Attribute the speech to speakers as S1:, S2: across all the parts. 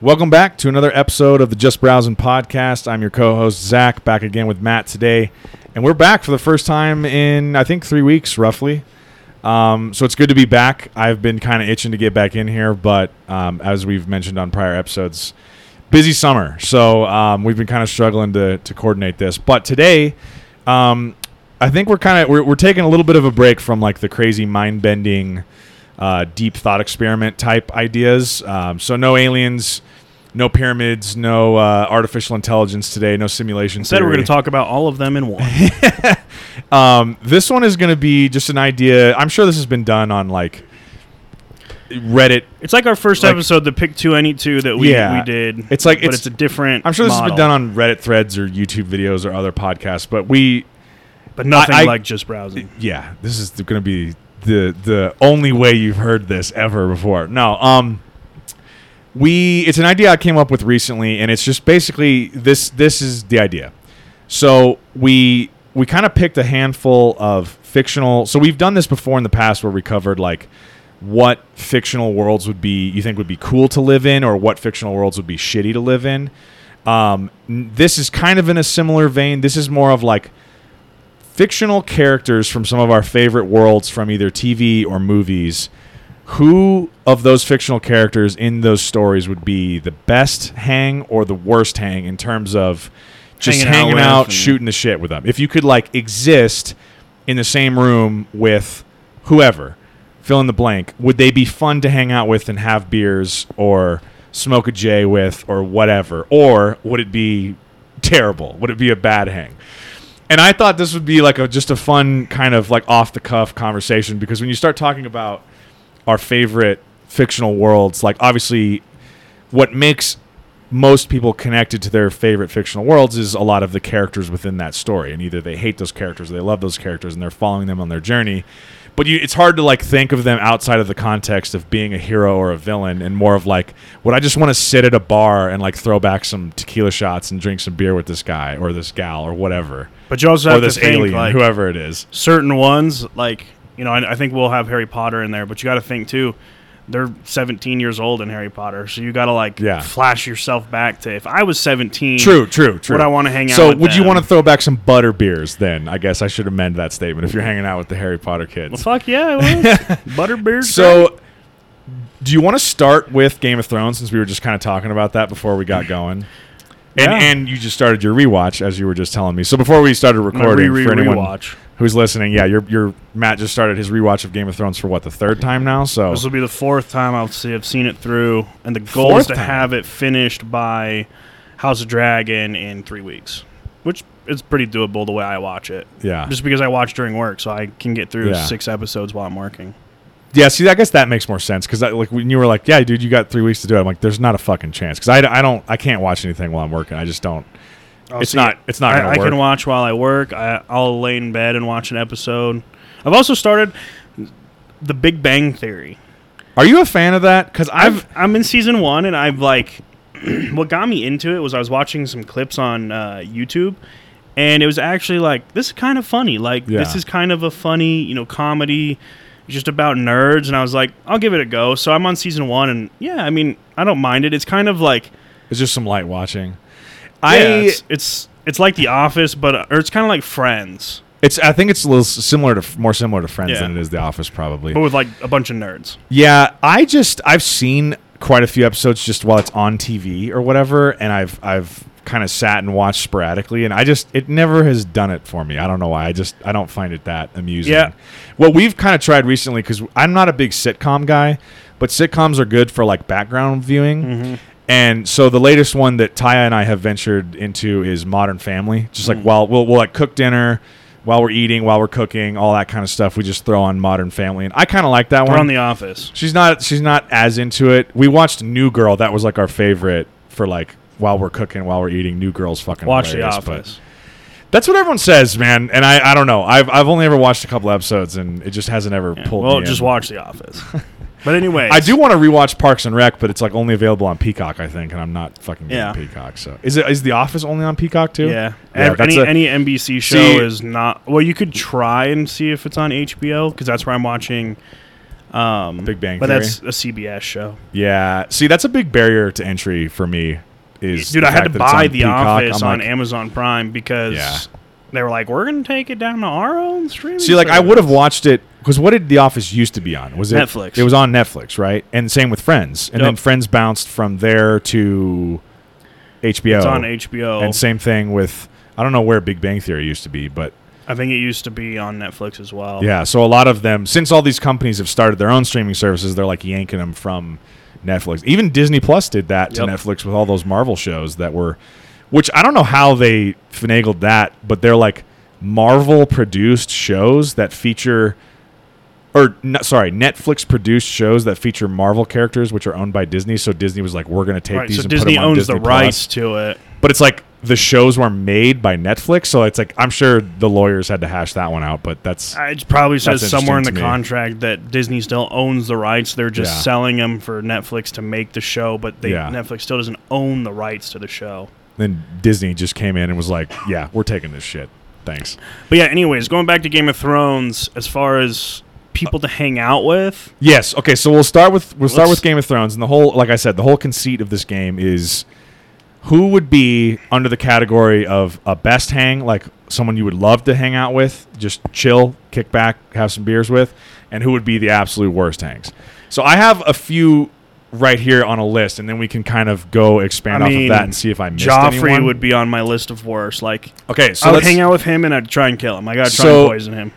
S1: Welcome back to another episode of the Just Browsing podcast. I'm your co-host Zach, back again with Matt today, and we're back for the first time in I think three weeks, roughly. Um, so it's good to be back. I've been kind of itching to get back in here, but um, as we've mentioned on prior episodes, busy summer, so um, we've been kind of struggling to to coordinate this. But today, um, I think we're kind of we're, we're taking a little bit of a break from like the crazy mind bending uh, deep thought experiment type ideas. Um, so no aliens, no pyramids, no uh, artificial intelligence today, no simulation.
S2: Instead, we're
S1: theory.
S2: going to talk about all of them in one.
S1: Um, this one is going to be just an idea. I'm sure this has been done on like Reddit.
S2: It's like our first
S1: Like-
S2: episode, the pick two any two that we
S1: Yeah.
S2: we did.
S1: It's like-
S2: but
S1: it's-
S2: it's, a different.
S1: I'm sure this has been
S2: model,
S1: done on Reddit threads or YouTube videos or other podcasts. But we,
S2: but nothing
S1: I- I-
S2: like just browsing.
S1: yeah, this is going to be the the only way you've heard this ever before. No, um, we it's an idea I came up with recently, and it's just basically this this is the idea. So we we kind of picked a handful of fictional. So we've done this before in the past where we covered like what fictional worlds would be you think would be cool to live in, or what fictional worlds would be shitty to live in. Um, n- this is kind of in a similar vein. This is more of like fictional characters from some of our favorite worlds from either TV or movies. Who of those fictional characters in those stories would be the best hang or the worst hang in terms of just
S2: Hanging out
S1: hanging
S2: with
S1: out,
S2: and-
S1: shooting the shit with them? If you could like exist in the same room with whoever, fill in the blank, would they be fun to hang out with and have beers or smoke a J with or whatever? Or would it be terrible? Would it be a bad hang? and I thought this would be like a just a fun kind of like off the cuff conversation because when you start talking about our favorite fictional worlds, like obviously what makes most people connected to their favorite fictional worlds is a lot of the characters within that story and either they hate those characters or they love those characters and they're following them on their journey but you, it's hard to like think of them outside of the context of being a hero or a villain and more of like would i just want to sit at a bar and like throw back some tequila shots and drink some beer with this guy or this gal or whatever
S2: But you also
S1: or
S2: have
S1: this
S2: to think
S1: alien,
S2: like
S1: whoever it is.
S2: certain ones, like you know, I, I think we'll have Harry Potter in there. But you got to think too. They're 17 years old in Harry Potter, so you got to like
S1: Yeah.
S2: flash yourself back to if I was 17.
S1: True, true, true.
S2: Would I wanna hang out
S1: So,
S2: with
S1: would you
S2: them?
S1: want to throw back some butter beers? Then I guess I should amend that statement. If you're hanging out with the Harry Potter
S2: Well,
S1: kids,
S2: fuck yeah, it was. Butterbeer.
S1: so do you want to start with Game of Thrones since we were just kind of talking about that before we got going? And,
S2: Yeah.
S1: and you just started your rewatch as you were just telling me. So before we started
S2: I'm gonna
S1: recording,
S2: re- re-
S1: for anyone
S2: rewatch.
S1: who's listening, yeah, your your Matt just started his rewatch of Game of Thrones for what the third time now. So
S2: This will be the fourth time I'll see I've seen it through, and the goal
S1: Fourth
S2: is to
S1: time?
S2: have it finished by House of Dragon in three weeks, which is pretty doable the way I watch it.
S1: yeah,
S2: Just because I watch during work, so I can get through
S1: Yeah.
S2: six episodes while I'm working.
S1: Yeah, see, I guess that makes more sense because, like, when you were like, "Yeah, dude, you got three weeks to do it," I'm like, "There's not a fucking chance," because I, I don't, I can't watch anything while I'm working. I just don't. it's
S2: Oh, see,
S1: not, it's not
S2: I,
S1: gonna
S2: I
S1: work.
S2: can watch while I work. I, I'll lay in bed and watch an episode. I've also started The Big Bang Theory.
S1: Are you a fan of that? Because I've,
S2: I've I'm in season one, and I've like what got me into it was I was watching some clips on uh, YouTube, and it was actually like this is kind of funny. Like
S1: Yeah.
S2: this is kind of a funny, you know, comedy just about nerds. And I was like, I'll give it a go. So I'm on season one, and yeah, I mean, I don't mind it. It's kind of like
S1: it's just some light watching.
S2: I
S1: I,
S2: it's,
S1: it's,
S2: it's it's like The Office, but uh, or it's kind of like Friends,
S1: I think it's a little s- similar to, more similar to Friends
S2: Yeah.
S1: than it is The Office, probably.
S2: but with like a bunch of nerds.
S1: Yeah, I just I've seen quite a few episodes just while it's on TV or whatever, and I've I've kind of sat and watched sporadically, and I just it never has done it for me. I don't know why. I just I don't find it that amusing.
S2: Yeah.
S1: What we've kind of tried recently because I'm not a big sitcom guy, but sitcoms are good for like background viewing.
S2: Mm-hmm.
S1: And so the latest one that Taya and I have ventured into is Modern Family. Just
S2: Mm.
S1: like while we'll, we'll like cook dinner, while we're eating, while we're cooking, all that kind of stuff. We just throw on Modern Family, and I kind of like that
S2: We're
S1: one.
S2: on The Office.
S1: She's not she's not as into it. We watched New Girl. That was like our favorite for like while we're cooking, while we're eating. New Girl's fucking
S2: Watch The
S1: hilarious, but-
S2: Office.
S1: that's what everyone says, man. And I, I don't know. I've I've only ever watched a couple episodes, and it just hasn't ever
S2: Yeah,
S1: pulled.
S2: Well,
S1: me
S2: just
S1: in.
S2: watch The Office. But anyway,
S1: I do want to rewatch Parks and Rec, but it's like only available on Peacock, I think, and I'm not fucking getting
S2: Yeah.
S1: Peacock. So is it is The Office only on Peacock too?
S2: Yeah.
S1: yeah
S2: Ev-
S1: that's a-
S2: any any NBC show
S1: See-
S2: is not. Well, you could try and see if it's on HBO because that's where I'm watching Um,
S1: Big Bang
S2: but
S1: Theory?
S2: that's a CBS show.
S1: Yeah. See, that's a big barrier to entry for me. Is
S2: Dude,
S1: the
S2: I had
S1: fact
S2: to
S1: that it's
S2: buy
S1: on
S2: The
S1: Peacock.
S2: Office
S1: I'm
S2: on
S1: like,
S2: Amazon Prime because
S1: Yeah.
S2: they were like, we're gonna take it down to our own streaming.
S1: See, like I
S2: service."
S1: would have watched it because what did The Office used to be on? Was it
S2: Netflix.
S1: It was on Netflix, right? And same with Friends, and then
S2: Yep.
S1: Friends bounced from there to HBO.
S2: It's on HBO.
S1: And same thing with I don't know where Big Bang Theory used to be, but
S2: I think it used to be on Netflix as well.
S1: yeah. So a lot of them, since all these companies have started their own streaming services, they're like yanking them from Netflix. Even Disney Plus did that to
S2: Yep.
S1: Netflix with all those Marvel shows that were, which I don't know how they finagled that, but they're like Marvel produced shows that feature. Or no, sorry, Netflix produced shows that feature Marvel characters, which are owned by Disney. So Disney was like, "We're going to take
S2: Right,
S1: these."
S2: so
S1: and
S2: Disney
S1: put 'em on
S2: owns
S1: Disney
S2: the
S1: Plus."
S2: rights to it.
S1: but it's like the shows were made by Netflix, so it's like I'm sure the lawyers had to hash that one out. But that's
S2: Uh, It probably says
S1: That's
S2: somewhere in the
S1: interesting to me.
S2: contract that Disney still owns the rights. They're just
S1: Yeah.
S2: selling them for Netflix to make the show, but they,
S1: Yeah.
S2: Netflix still doesn't own the rights to the show.
S1: then Disney just came in and was like, "Yeah, we're taking this shit. Thanks."
S2: But yeah, anyways, going back to Game of Thrones, as far as people to hang out with,
S1: Yes. Okay. So we'll start with we'll start
S2: Let's-
S1: with Game of Thrones, and the whole like I said, the whole conceit of this game is who would be under the category of a best hang, like someone you would love to hang out with, just chill, kick back, have some beers with, and who would be the absolute worst hangs. So I have a few right here on a list, and then we can kind of go expand
S2: I
S1: off
S2: mean,
S1: of that and see if I missed
S2: Joffrey
S1: anyone.
S2: would be on my list of worst. Like
S1: okay. So
S2: I would
S1: let's,
S2: hang out with him and I'd try and kill him. I gotta try
S1: So-
S2: and poison him.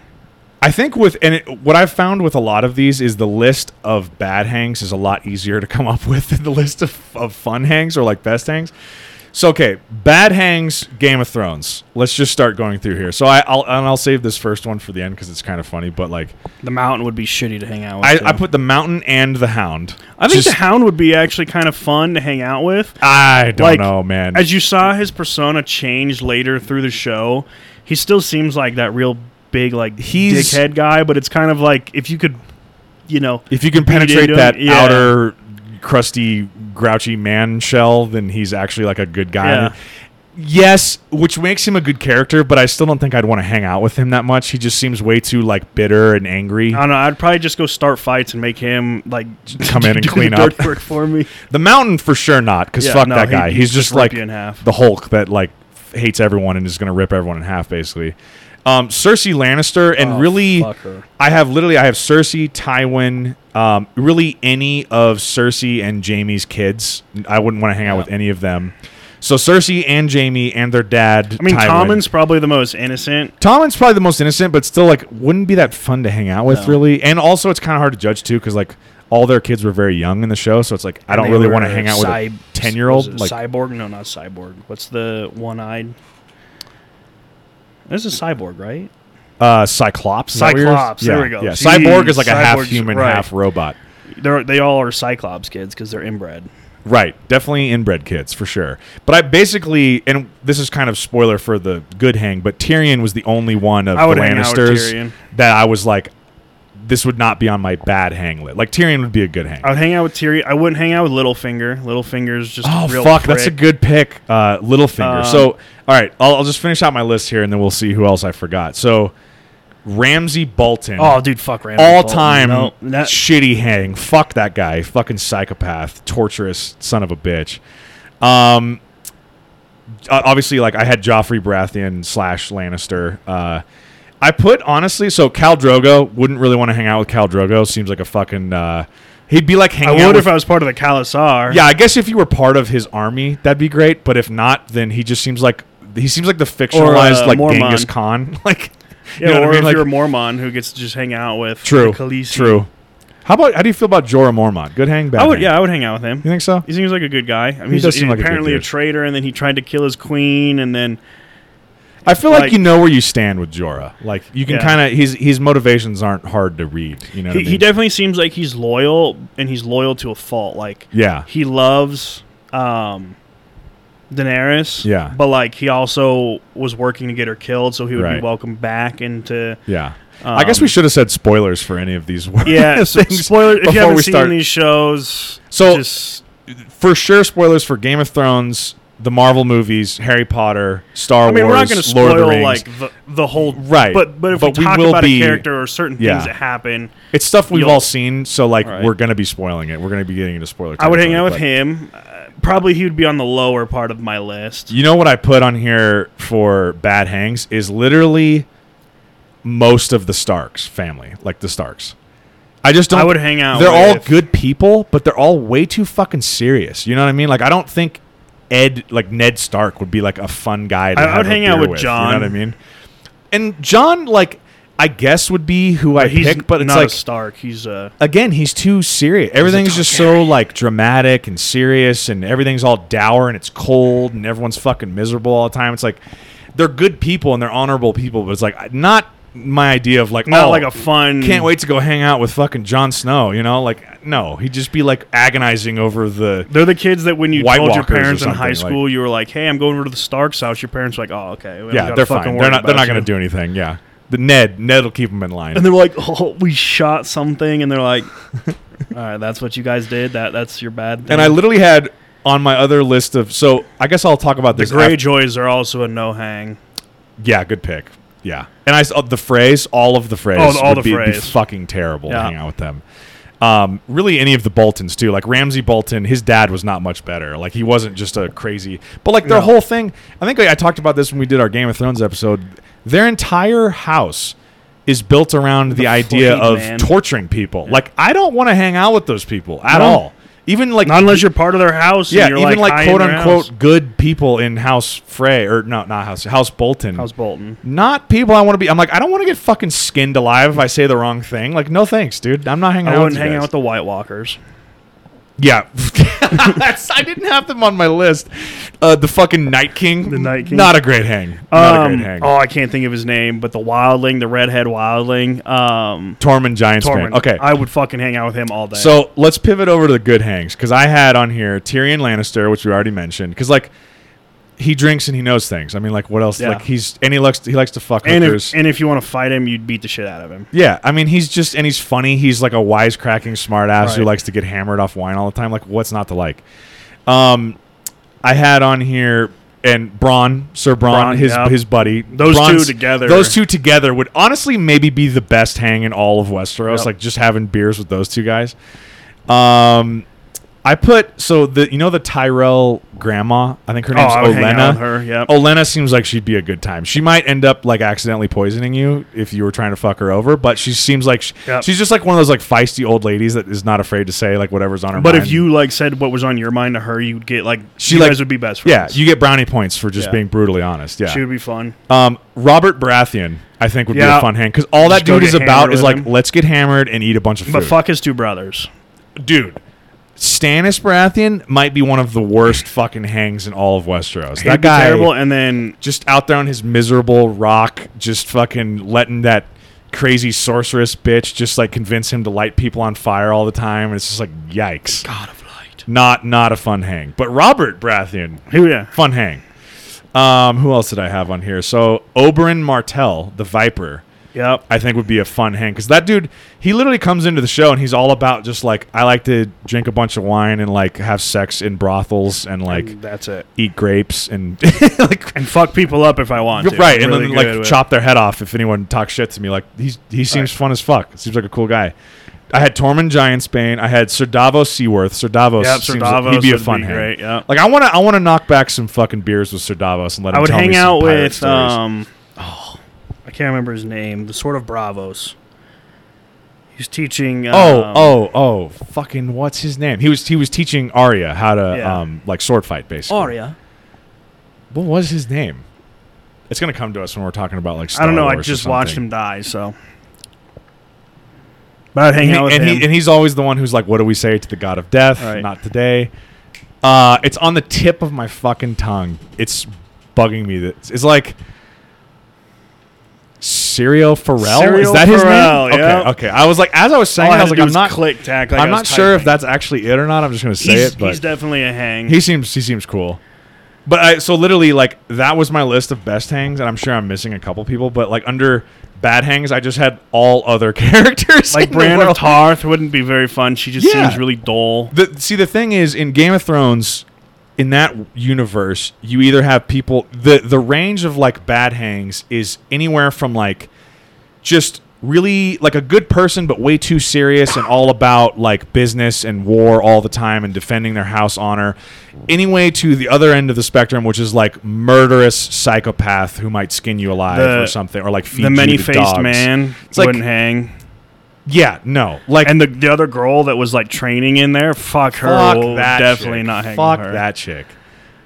S1: I think with and it, what I've found with a lot of these is the list of bad hangs is a lot easier to come up with than the list of, of fun hangs or like best hangs. So okay, bad hangs, Game of Thrones. Let's just start going through here. So I, I'll and I'll save this first one for the end because it's kind of funny. But like
S2: The Mountain would be shitty to hang out with.
S1: I,
S2: too.
S1: I put the Mountain and the Hound.
S2: I think the
S1: Just-
S2: Hound would be actually kind of fun to hang out with.
S1: I don't
S2: like,
S1: know, man.
S2: As you saw his persona change later through the show, he still seems like that real big like
S1: He's-
S2: dickhead guy, but it's kind of like if you could you know
S1: if you can
S2: beat
S1: penetrate
S2: him,
S1: that
S2: yeah.
S1: outer crusty grouchy man shell then he's actually like a good guy
S2: Yeah.
S1: yes which makes him a good character but i still don't think i'd want to hang out with him that much he just seems way too like bitter and angry
S2: I don't know, I'd probably just go start fights and make him like
S1: Come in and
S2: do the
S1: clean
S2: dirty
S1: up.
S2: work for me.
S1: the mountain for sure not because
S2: Yeah,
S1: fuck
S2: no,
S1: that
S2: he-
S1: guy
S2: he'd
S1: he's just,
S2: just rip
S1: like
S2: you in half.
S1: the hulk that like f- hates everyone and is going to rip everyone in half basically um, cersei lannister and
S2: Oh,
S1: really
S2: fuck her.
S1: I have literally I have Cersei, Tywin, um, really any of Cersei and Jamie's kids. I wouldn't want to hang out with any of them. So Cersei and Jamie and their dad.
S2: I mean
S1: Tywin.
S2: Tommen's probably the most innocent.
S1: Tommen's probably the most innocent, but still like wouldn't be that fun to hang out with
S2: No.
S1: really. And also it's kind of hard to judge too because like all their kids were very young in the show, so it's like I
S2: and
S1: don't
S2: they
S1: really
S2: were
S1: want to hang out with a
S2: cy-
S1: ten year old.
S2: was it
S1: Like
S2: cyborg? No, not cyborg. What's the one eyed? This is cyborg, right?
S1: uh, Cyclops. is that what yours-
S2: Cyclops, there
S1: yeah,
S2: we go.
S1: Yeah,
S2: Jeez,
S1: Cyborg is like a half
S2: Cyborg's-
S1: human,
S2: right.
S1: half robot.
S2: They're they all are Cyclops kids because they're inbred.
S1: Right, definitely inbred kids for sure. But I basically, and this is kind of spoiler for the good hang, but Tyrion was the only one of
S2: I would
S1: the
S2: hang out with
S1: Lannisters
S2: Tyrion.
S1: that I was like, this would not be on my bad hang lit. Like Tyrion would be a good hang.
S2: I would hang out with Tyrion. I wouldn't hang out with Littlefinger. Littlefinger's just
S1: oh
S2: a real
S1: fuck, that's a
S2: prick.
S1: good pick, uh, Littlefinger.
S2: Um,
S1: so all right, I'll, I'll just finish out my list here, and then we'll see who else I forgot. So Ramsey Bolton.
S2: Oh dude, fuck Ramsay.
S1: all
S2: Bolton.
S1: time
S2: No, that-
S1: shitty hang. Fuck that guy. Fucking psychopath, torturous son of a bitch. Um, o- obviously, like I had Joffrey Baratheon slash Lannister. Uh, I put honestly, so Cal Drogo wouldn't really want to hang out with Cal Drogo. Seems like a fucking. Uh, he'd be like
S2: I
S1: hanging out
S2: would
S1: with
S2: if I was part of the Khalasar.
S1: yeah, I guess if you were part of his army, that'd be great. But if not, then he just seems like he seems like the fictionalized like
S2: uh, Mormon.
S1: Genghis Khan. Like,
S2: Yeah,
S1: you know
S2: or
S1: what I mean?
S2: if
S1: Like,
S2: you're a Mormon who gets to just hang out with
S1: True.
S2: the Khaleesi.
S1: True. How about how do you feel about Jorah Mormont? Good hang, bad.
S2: I would.
S1: hang?
S2: Yeah, I would hang out with him.
S1: You think so?
S2: He seems like a good guy. I mean,
S1: He
S2: he's,
S1: does seem
S2: he's
S1: like a good
S2: apparently a,
S1: dude.
S2: traitor, and then he tried to kill his queen, and then
S1: I feel like,
S2: Like-
S1: you know where you stand with Jorah. Like you can
S2: Yeah.
S1: kind of his his motivations aren't hard to read. You know. what
S2: he,
S1: I
S2: he
S1: mean?
S2: definitely seems like he's loyal, and he's loyal to a fault. Like
S1: Yeah.
S2: he loves um, Daenerys,
S1: Yeah.
S2: but like he also was working to get her killed, so he would be
S1: Right.
S2: welcomed back into.
S1: Yeah. I guess we
S2: um,
S1: should have said spoilers for any of these words.
S2: Yeah, so
S1: things.
S2: spoiler. If
S1: before
S2: you haven't
S1: we
S2: seen
S1: start.
S2: these shows,
S1: So-
S2: just,
S1: for sure spoilers for Game of Thrones, the Marvel movies, Harry Potter, Star
S2: I mean,
S1: Wars,
S2: we're not going to
S1: Lord of the
S2: spoil
S1: Rings.
S2: like the, the whole
S1: Right.
S2: But but if
S1: But we
S2: we talk
S1: will
S2: about
S1: be-
S2: a character or certain
S1: Yeah.
S2: things that happen,
S1: it's stuff we've
S2: You'll-
S1: all seen, so like
S2: Alright.
S1: we're going to be spoiling it. We're going to be getting into spoiler.
S2: I would hang
S1: territory,
S2: out
S1: but-
S2: with him. Uh, probably he would be on the lower part of my list.
S1: You know what I put on here for bad hangs is literally most of the Starks family, like the Starks. I just don't.
S2: I would hang out.
S1: They're all
S2: with-
S1: good people, but they're all way too fucking serious. You know what I mean? Like I don't think Ed, like Ned Stark, would be like a fun guy. To
S2: I- I
S1: have
S2: would
S1: a
S2: hang out
S1: beer
S2: with
S1: You know
S2: John.
S1: what I mean? And John, like, I guess would be who I
S2: He's
S1: pick, but it's
S2: not
S1: like
S2: a Stark. He's uh,
S1: again, he's too serious. Everything's just so like dramatic and serious, and everything's all dour and it's cold, and everyone's fucking miserable all the time. It's like they're good people and they're honorable people, but it's like not my idea of like
S2: not
S1: oh,
S2: like a fun.
S1: Can't wait to go hang out with fucking Jon Snow. You know, like no, he'd just be like agonizing over the.
S2: They're the kids that when you
S1: White
S2: told your
S1: Walkers or
S2: parents in
S1: something,
S2: high
S1: like-
S2: school, you were like, "Hey, I'm going over to the Stark's house." Your parents were like, "Oh, okay." we don't
S1: Yeah,
S2: gotta
S1: they're
S2: fucking
S1: fine.
S2: worry
S1: They're not. They're
S2: about
S1: not going
S2: you."
S1: to do anything. Yeah, the Ned. Ned will keep him in line.
S2: And they're like, "Oh, we shot something," and they're like, "All right, that's what you guys did. That that's your bad." Thing.
S1: and I literally had on my other list of. So I guess I'll talk about
S2: the
S1: this. after-
S2: Greyjoys are also a no hang.
S1: Yeah, good pick. Yeah, and I s- uh, the phrase, all of the phrase,
S2: Oh, all
S1: would
S2: the
S1: be, be
S2: phrase.
S1: fucking terrible to
S2: Yeah.
S1: hang out with them. Um, really, any of the Boltons too. Like Ramsey Bolton, his dad was not much better. Like he wasn't just a crazy, but like their
S2: No.
S1: whole thing. I think I, I talked about this when we did our Game of Thrones episode. Their entire house is built around the, idea
S2: fucking
S1: of
S2: man.
S1: torturing people. Like I don't want to hang out with those people at
S2: No.
S1: all. Even like
S2: Not unless you're part of their house.
S1: yeah,
S2: and you're
S1: even like,
S2: high in
S1: quote
S2: their
S1: unquote
S2: house.
S1: good people in House Frey or no, not House House Bolton
S2: House Bolton.
S1: not people I want to be. I'm like, I don't want to get fucking skinned alive if I say the wrong thing. Like, no thanks, dude. I'm not hanging
S2: I
S1: out.
S2: wouldn't
S1: with you
S2: hang out
S1: guys.
S2: with the White Walkers.
S1: Yeah, That's- I didn't have them on my list. Uh, the fucking Night King.
S2: The Night King.
S1: Not a great hang. Not a
S2: Um,
S1: great hang.
S2: Oh, I can't think of his name, but the wildling, the redhead wildling, um,
S1: Tormund Giants.
S2: Tormund.
S1: Okay.
S2: I would fucking hang out with him all day.
S1: So let's pivot over to the good hangs because I had on here Tyrion Lannister, which we already mentioned, because like he drinks and he knows things. I mean, like what else?
S2: Yeah.
S1: Like he's and he likes he likes to fuck
S2: and
S1: hookers.
S2: if, and if you want to fight him, you'd beat the shit out of him.
S1: Yeah, I mean, he's just and he's funny. He's like a wisecracking smartass who
S2: Right.
S1: likes to get hammered off wine all the time. Like, what's not to like? Um, I had on here and Braun, Sir Braun,
S2: Bronn,
S1: his
S2: yeah.
S1: his buddy.
S2: Those two
S1: Bronn's-
S2: together.
S1: Those two together would honestly maybe be the best hang in all of Westeros.
S2: Yep.
S1: Like just having beers with those two guys. Um, I put so the you know the Tyrell grandma. I think her name's
S2: Oh, I
S1: Olenna.
S2: would
S1: Oh,
S2: hang out with her. Yep.
S1: Um, Olena seems like she'd be a good time. She might end up like accidentally poisoning you if you were trying to fuck her over, but she seems like sh
S2: Yep.
S1: she's just like one of those like feisty old ladies that is not afraid to say like whatever's on her
S2: but
S1: mind.
S2: if you like said what was on your mind to her, you'd get like
S1: She,
S2: you
S1: like-
S2: guys would be best
S1: yeah,
S2: friends.
S1: you get brownie points for just
S2: Yeah.
S1: being brutally honest. Yeah.
S2: she would be fun.
S1: Um, Robert Baratheon, I think would be a
S2: Yeah.
S1: fun hang cuz all that
S2: Just go
S1: dude
S2: get
S1: is
S2: hammered
S1: about is
S2: with
S1: like
S2: him.
S1: let's get hammered and eat a bunch of food.
S2: But fuck his two brothers.
S1: dude, Stannis Baratheon might be one of the worst fucking hangs in all of Westeros.
S2: He'd
S1: that
S2: be
S1: guy
S2: terrible. And then
S1: just out there on his miserable rock, just fucking letting that crazy sorceress bitch just like convince him to light people on fire all the time. And it's just like, yikes.
S2: God of Light.
S1: Not not a fun hang. But Robert Baratheon,
S2: Who? Yeah.
S1: fun hang. Um, who else did I have on here? So Oberyn Martell, the Viper.
S2: Yep.
S1: I think would be a fun hang because that dude, he literally comes into the show and he's all about just like I like to drink a bunch of wine and like have sex in brothels and like
S2: And that's it.
S1: eat grapes and like
S2: And fuck people up if I want. To.
S1: you're right,
S2: Really
S1: and then
S2: good
S1: like
S2: with-
S1: chop their head off if anyone talks shit to me. Like he's he seems fun as fuck. Seems like a cool guy. I had Tormund Giantsbane. I had Sir Davos Seaworth. Sir Davos,
S2: Yep, Sir
S1: seems like
S2: Davos
S1: he'd be a
S2: would
S1: fun
S2: be
S1: hang.
S2: great, yeah.
S1: Like I want to I want to knock back some fucking beers with Sir Davos and let him
S2: I would
S1: tell me
S2: hang
S1: some
S2: out
S1: pirate
S2: with
S1: stories.
S2: um. Oh, I can't remember his name. The Sword of Bravos. He's teaching. Um,
S1: Oh, oh, oh! Fucking what's his name? He was he was teaching Arya how to
S2: Yeah.
S1: um like sword fight basically.
S2: Arya.
S1: What was his name? It's gonna come to us when we're talking about like. Star
S2: I don't know. I
S1: Wars or
S2: just watched
S1: something.
S2: him die, so. But I'd hang out with
S1: and,
S2: him.
S1: He, and he's always the one who's like, "What do we say to the god of death?
S2: Right.
S1: Not today." Uh, it's on the tip of my fucking tongue. It's bugging me. That it's like Serial Pharrell. Is
S2: Cyril
S1: that his
S2: Pharrell,
S1: name?
S2: yeah.
S1: Okay, okay. I was like, as I was saying,
S2: All I
S1: I,
S2: had
S1: was
S2: to
S1: like,
S2: do
S1: I'm
S2: was
S1: not,
S2: click tack. Like I
S1: I'm
S2: was
S1: not sure if
S2: typing.
S1: that's actually it or not. I'm just gonna say
S2: he's,
S1: it, but
S2: he's definitely a hang.
S1: he seems he seems cool. But I so literally like that was my list of best hangs, and I'm sure I'm missing a couple people. But like under bad hangs, I just had all other characters
S2: like
S1: in the
S2: Bran of
S1: world.
S2: Tarth wouldn't be very fun. She just
S1: Yeah.
S2: seems really dull.
S1: The, see, the thing is, in Game of Thrones, in that universe, you either have people the the range of like bad hangs is anywhere from like just really like a good person but way too serious and all about like business and war all the time and defending their house honor anyway to the other end of the spectrum which is like murderous psychopath who might skin you alive
S2: The-
S1: or something or like feed
S2: the
S1: you to
S2: many-faced
S1: dogs.
S2: man
S1: It's like-
S2: wouldn't hang.
S1: yeah no like
S2: And the, the other girl that was like training in there, fuck her,
S1: Fuck
S2: we'll
S1: that
S2: definitely
S1: chick.
S2: not hang
S1: Fuck
S2: with her.
S1: that chick.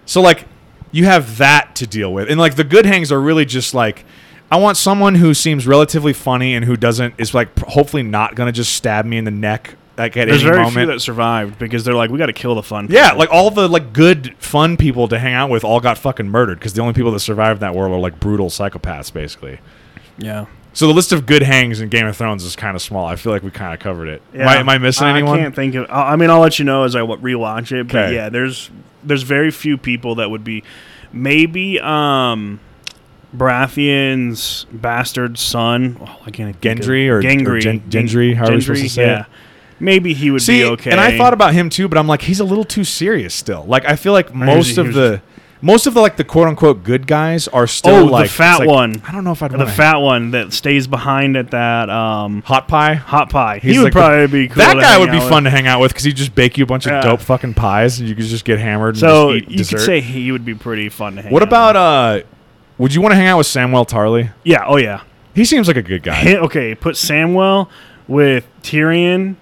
S1: So like you have that to deal with. And like the good hangs are really just like I want someone who seems relatively funny and who doesn't is like p- hopefully not going to just stab me in the neck like at
S2: There's
S1: any
S2: very few
S1: moment.
S2: that survived because they're like, we got to kill the fun.
S1: yeah, like all the like good fun people to hang out with all got fucking murdered because the only people that survived that world are like brutal psychopaths basically.
S2: yeah.
S1: So the list of good hangs in Game of Thrones is kind of small. I feel like we kind of covered it. Am, I,
S2: Yeah.
S1: am I missing
S2: I-
S1: anyone?
S2: I can't think of. I I mean, I'll let you know as I w- rewatch it. But
S1: 'Kay.
S2: yeah, there's there's very few people that would be maybe um Baratheon's bastard son. Oh, I can't think of-
S1: Gendry or- or
S2: Gendry,
S1: Gen- Gendry, however you're supposed to say it.
S2: Yeah, maybe he would
S1: See,
S2: be okay.
S1: and I thought about him too, but I'm like, he's a little too serious still. Like, I feel like
S2: here's-
S1: most of
S2: here's-
S1: the, most of the like the quote unquote good guys are still
S2: Oh, the
S1: like
S2: fat
S1: it's like,
S2: one.
S1: I don't know if I'd
S2: the
S1: want
S2: fat one that stays behind at that um
S1: hot pie.
S2: hot pie.
S1: He's
S2: he would
S1: like the-
S2: probably be cool
S1: that
S2: to
S1: guy
S2: hang
S1: would be
S2: out with.
S1: fun to hang out with because he'd just bake you a bunch
S2: Yeah.
S1: of dope fucking pies and you could just get hammered. And
S2: So
S1: just eat
S2: you
S1: dessert.
S2: could say he would be pretty fun to hang.
S1: what
S2: out
S1: about
S2: with.
S1: uh? Would you want to hang out with Samuel Tarly?
S2: yeah? Oh yeah.
S1: He seems like a good guy.
S2: Hit, okay, put Samwell with Tyrion.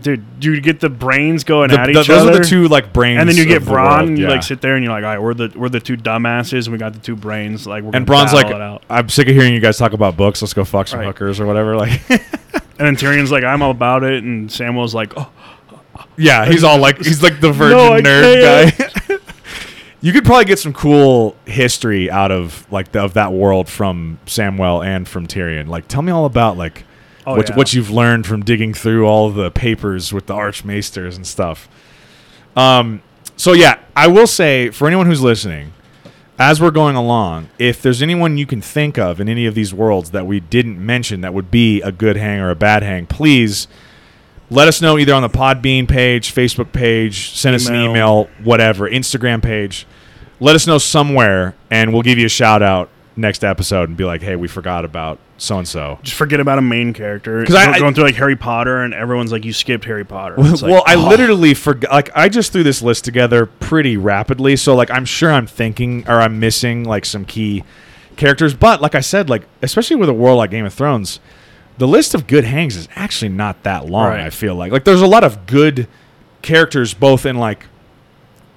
S2: Dude, you get the brains going
S1: The-
S2: at
S1: the-
S2: each
S1: those
S2: other.
S1: are the two like brains,
S2: and then you get
S1: of the world,
S2: Bronn. and You
S1: yeah.
S2: like sit there and you're like, all right, we're the we're the two dumbasses, and we got the two brains. Like, we're
S1: and
S2: gonna
S1: Bron's like,
S2: battle it out.
S1: I'm sick of hearing you guys talk about books. Let's go fuck some
S2: Right.
S1: hookers or whatever. Like,
S2: and then Tyrion's like, I'm all about it, and Samwell's like, oh,
S1: Yeah, he's all like he's like the virgin
S2: No, I
S1: nerd guy. you could probably get some cool history out of like the, of that world from Samwell and from Tyrion. Like, tell me all about like
S2: Oh,
S1: what
S2: yeah.
S1: what you've learned from digging through all the papers with the Archmaesters and stuff. Um. So yeah, I will say for anyone who's listening. As we're going along, if there's anyone you can think of in any of these worlds that we didn't mention that would be a good hang or a bad hang, please let us know either on the Podbean page, Facebook page, send us an
S2: Email.
S1: email, whatever, Instagram page. Let us know somewhere, and we'll give you a shout out next episode and be like, "Hey, we forgot about so and so."
S2: just forget about a main character.
S1: 'Cause I-
S2: Go-
S1: I-
S2: going through like Harry Potter, and everyone's like, you skipped Harry Potter. It's like,
S1: Well, I
S2: oh.
S1: literally forgot. Like, I just threw this list together pretty rapidly, so like, I'm sure I'm thinking or I'm missing like some key characters. But like I said, like especially with a world like Game of Thrones, the list of good hangs is actually not that long.
S2: Right.
S1: I feel like like there's a lot of good characters, both in like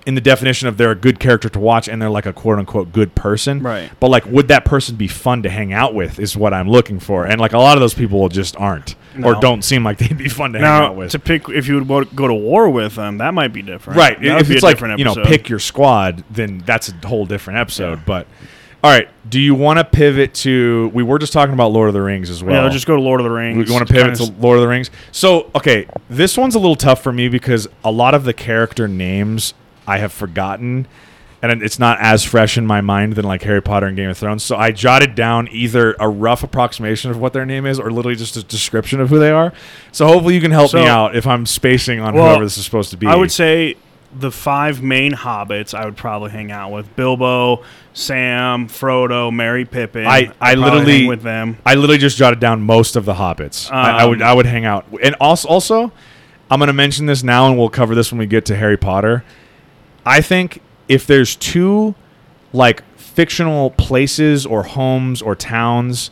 S1: in the definition of they're a good character to watch and they're like a quote unquote good person.
S2: Right.
S1: But like, would that person be fun to hang out with? Is what I'm looking for. And like a lot of those people just aren't or
S2: No.
S1: don't seem like they'd be fun to hang out
S2: Now
S1: with.
S2: to pick if you would wa- go to war with them, that might be different.
S1: Right.
S2: That would
S1: if
S2: be
S1: it's
S2: a
S1: like
S2: different
S1: you know,
S2: episode.
S1: pick your squad, then that's a whole different episode.
S2: Yeah.
S1: But all right, do you want to pivot to? We were just talking about Lord of the Rings as well.
S2: yeah, just go to Lord of the
S1: we
S2: Rings.
S1: want to pivot
S2: Kinda
S1: to Lord of the Rings. So okay, this one's a little tough for me because a lot of the character names I have forgotten. And it's not as fresh in my mind than like Harry Potter and Game of Thrones. So I jotted down either a rough approximation of what their name is or literally just a description of who they are. So hopefully you can help me
S2: So-
S1: out if I'm spacing on
S2: Well,
S1: whoever this is supposed to be.
S2: I would say the five main hobbits I would probably hang out with Bilbo, Sam, Frodo, Mary Pippin.
S1: I- I
S2: I'd probably
S1: literally-
S2: hang with them.
S1: I literally just jotted down most of the hobbits. I, I would
S2: Um,
S1: I would hang out, and also also I'm going to mention this now, and we'll cover this when we get to Harry Potter. I think if there's two like fictional places or homes or towns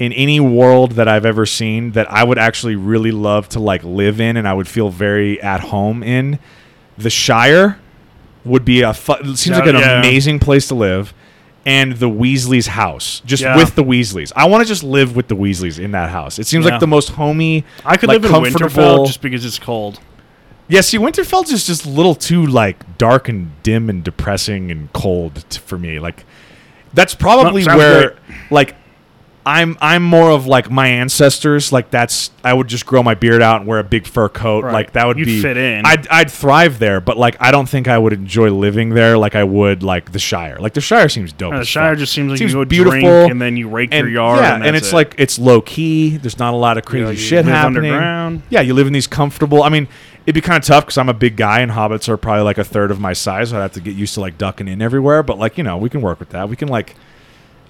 S1: in any world that I've ever seen that I would actually really love to like live in, and I would feel very at home in, the Shire would be a fu- it seems like an
S2: Yeah.
S1: amazing place to live. And the Weasley's house, just
S2: Yeah.
S1: with the Weasleys. I want to just live with the Weasleys in that house. It seems
S2: Yeah.
S1: like the most homey.
S2: I could
S1: like,
S2: live in Winterfell just because it's cold.
S1: yeah, see, Winterfell's is just a little too like dark and dim and depressing and cold t- for me. Like, that's probably
S2: sounds
S1: where
S2: great.
S1: like I'm I'm more of like my ancestors. Like that's I would just grow my beard out and wear a big fur coat.
S2: Right.
S1: Like that would
S2: You'd
S1: be
S2: fit in.
S1: I'd I'd thrive there, but like I don't think I would enjoy living there like I would like the Shire. Like the Shire seems dope.
S2: Uh, the
S1: as
S2: Shire
S1: fuck.
S2: just seems like
S1: Seems
S2: you go
S1: beautiful,
S2: drink and then you rake your yard.
S1: yeah,
S2: and,
S1: and
S2: that's
S1: it's
S2: it.
S1: like it's low key. There's not a lot of crazy
S2: you
S1: shit
S2: live
S1: happening.
S2: underground.
S1: Yeah, you live in these comfortable. I mean, it'd be kind of tough because I'm a big guy and hobbits are probably like a third of my size. So I'd have to get used to like ducking in everywhere. But like you know, we can work with that. We can like.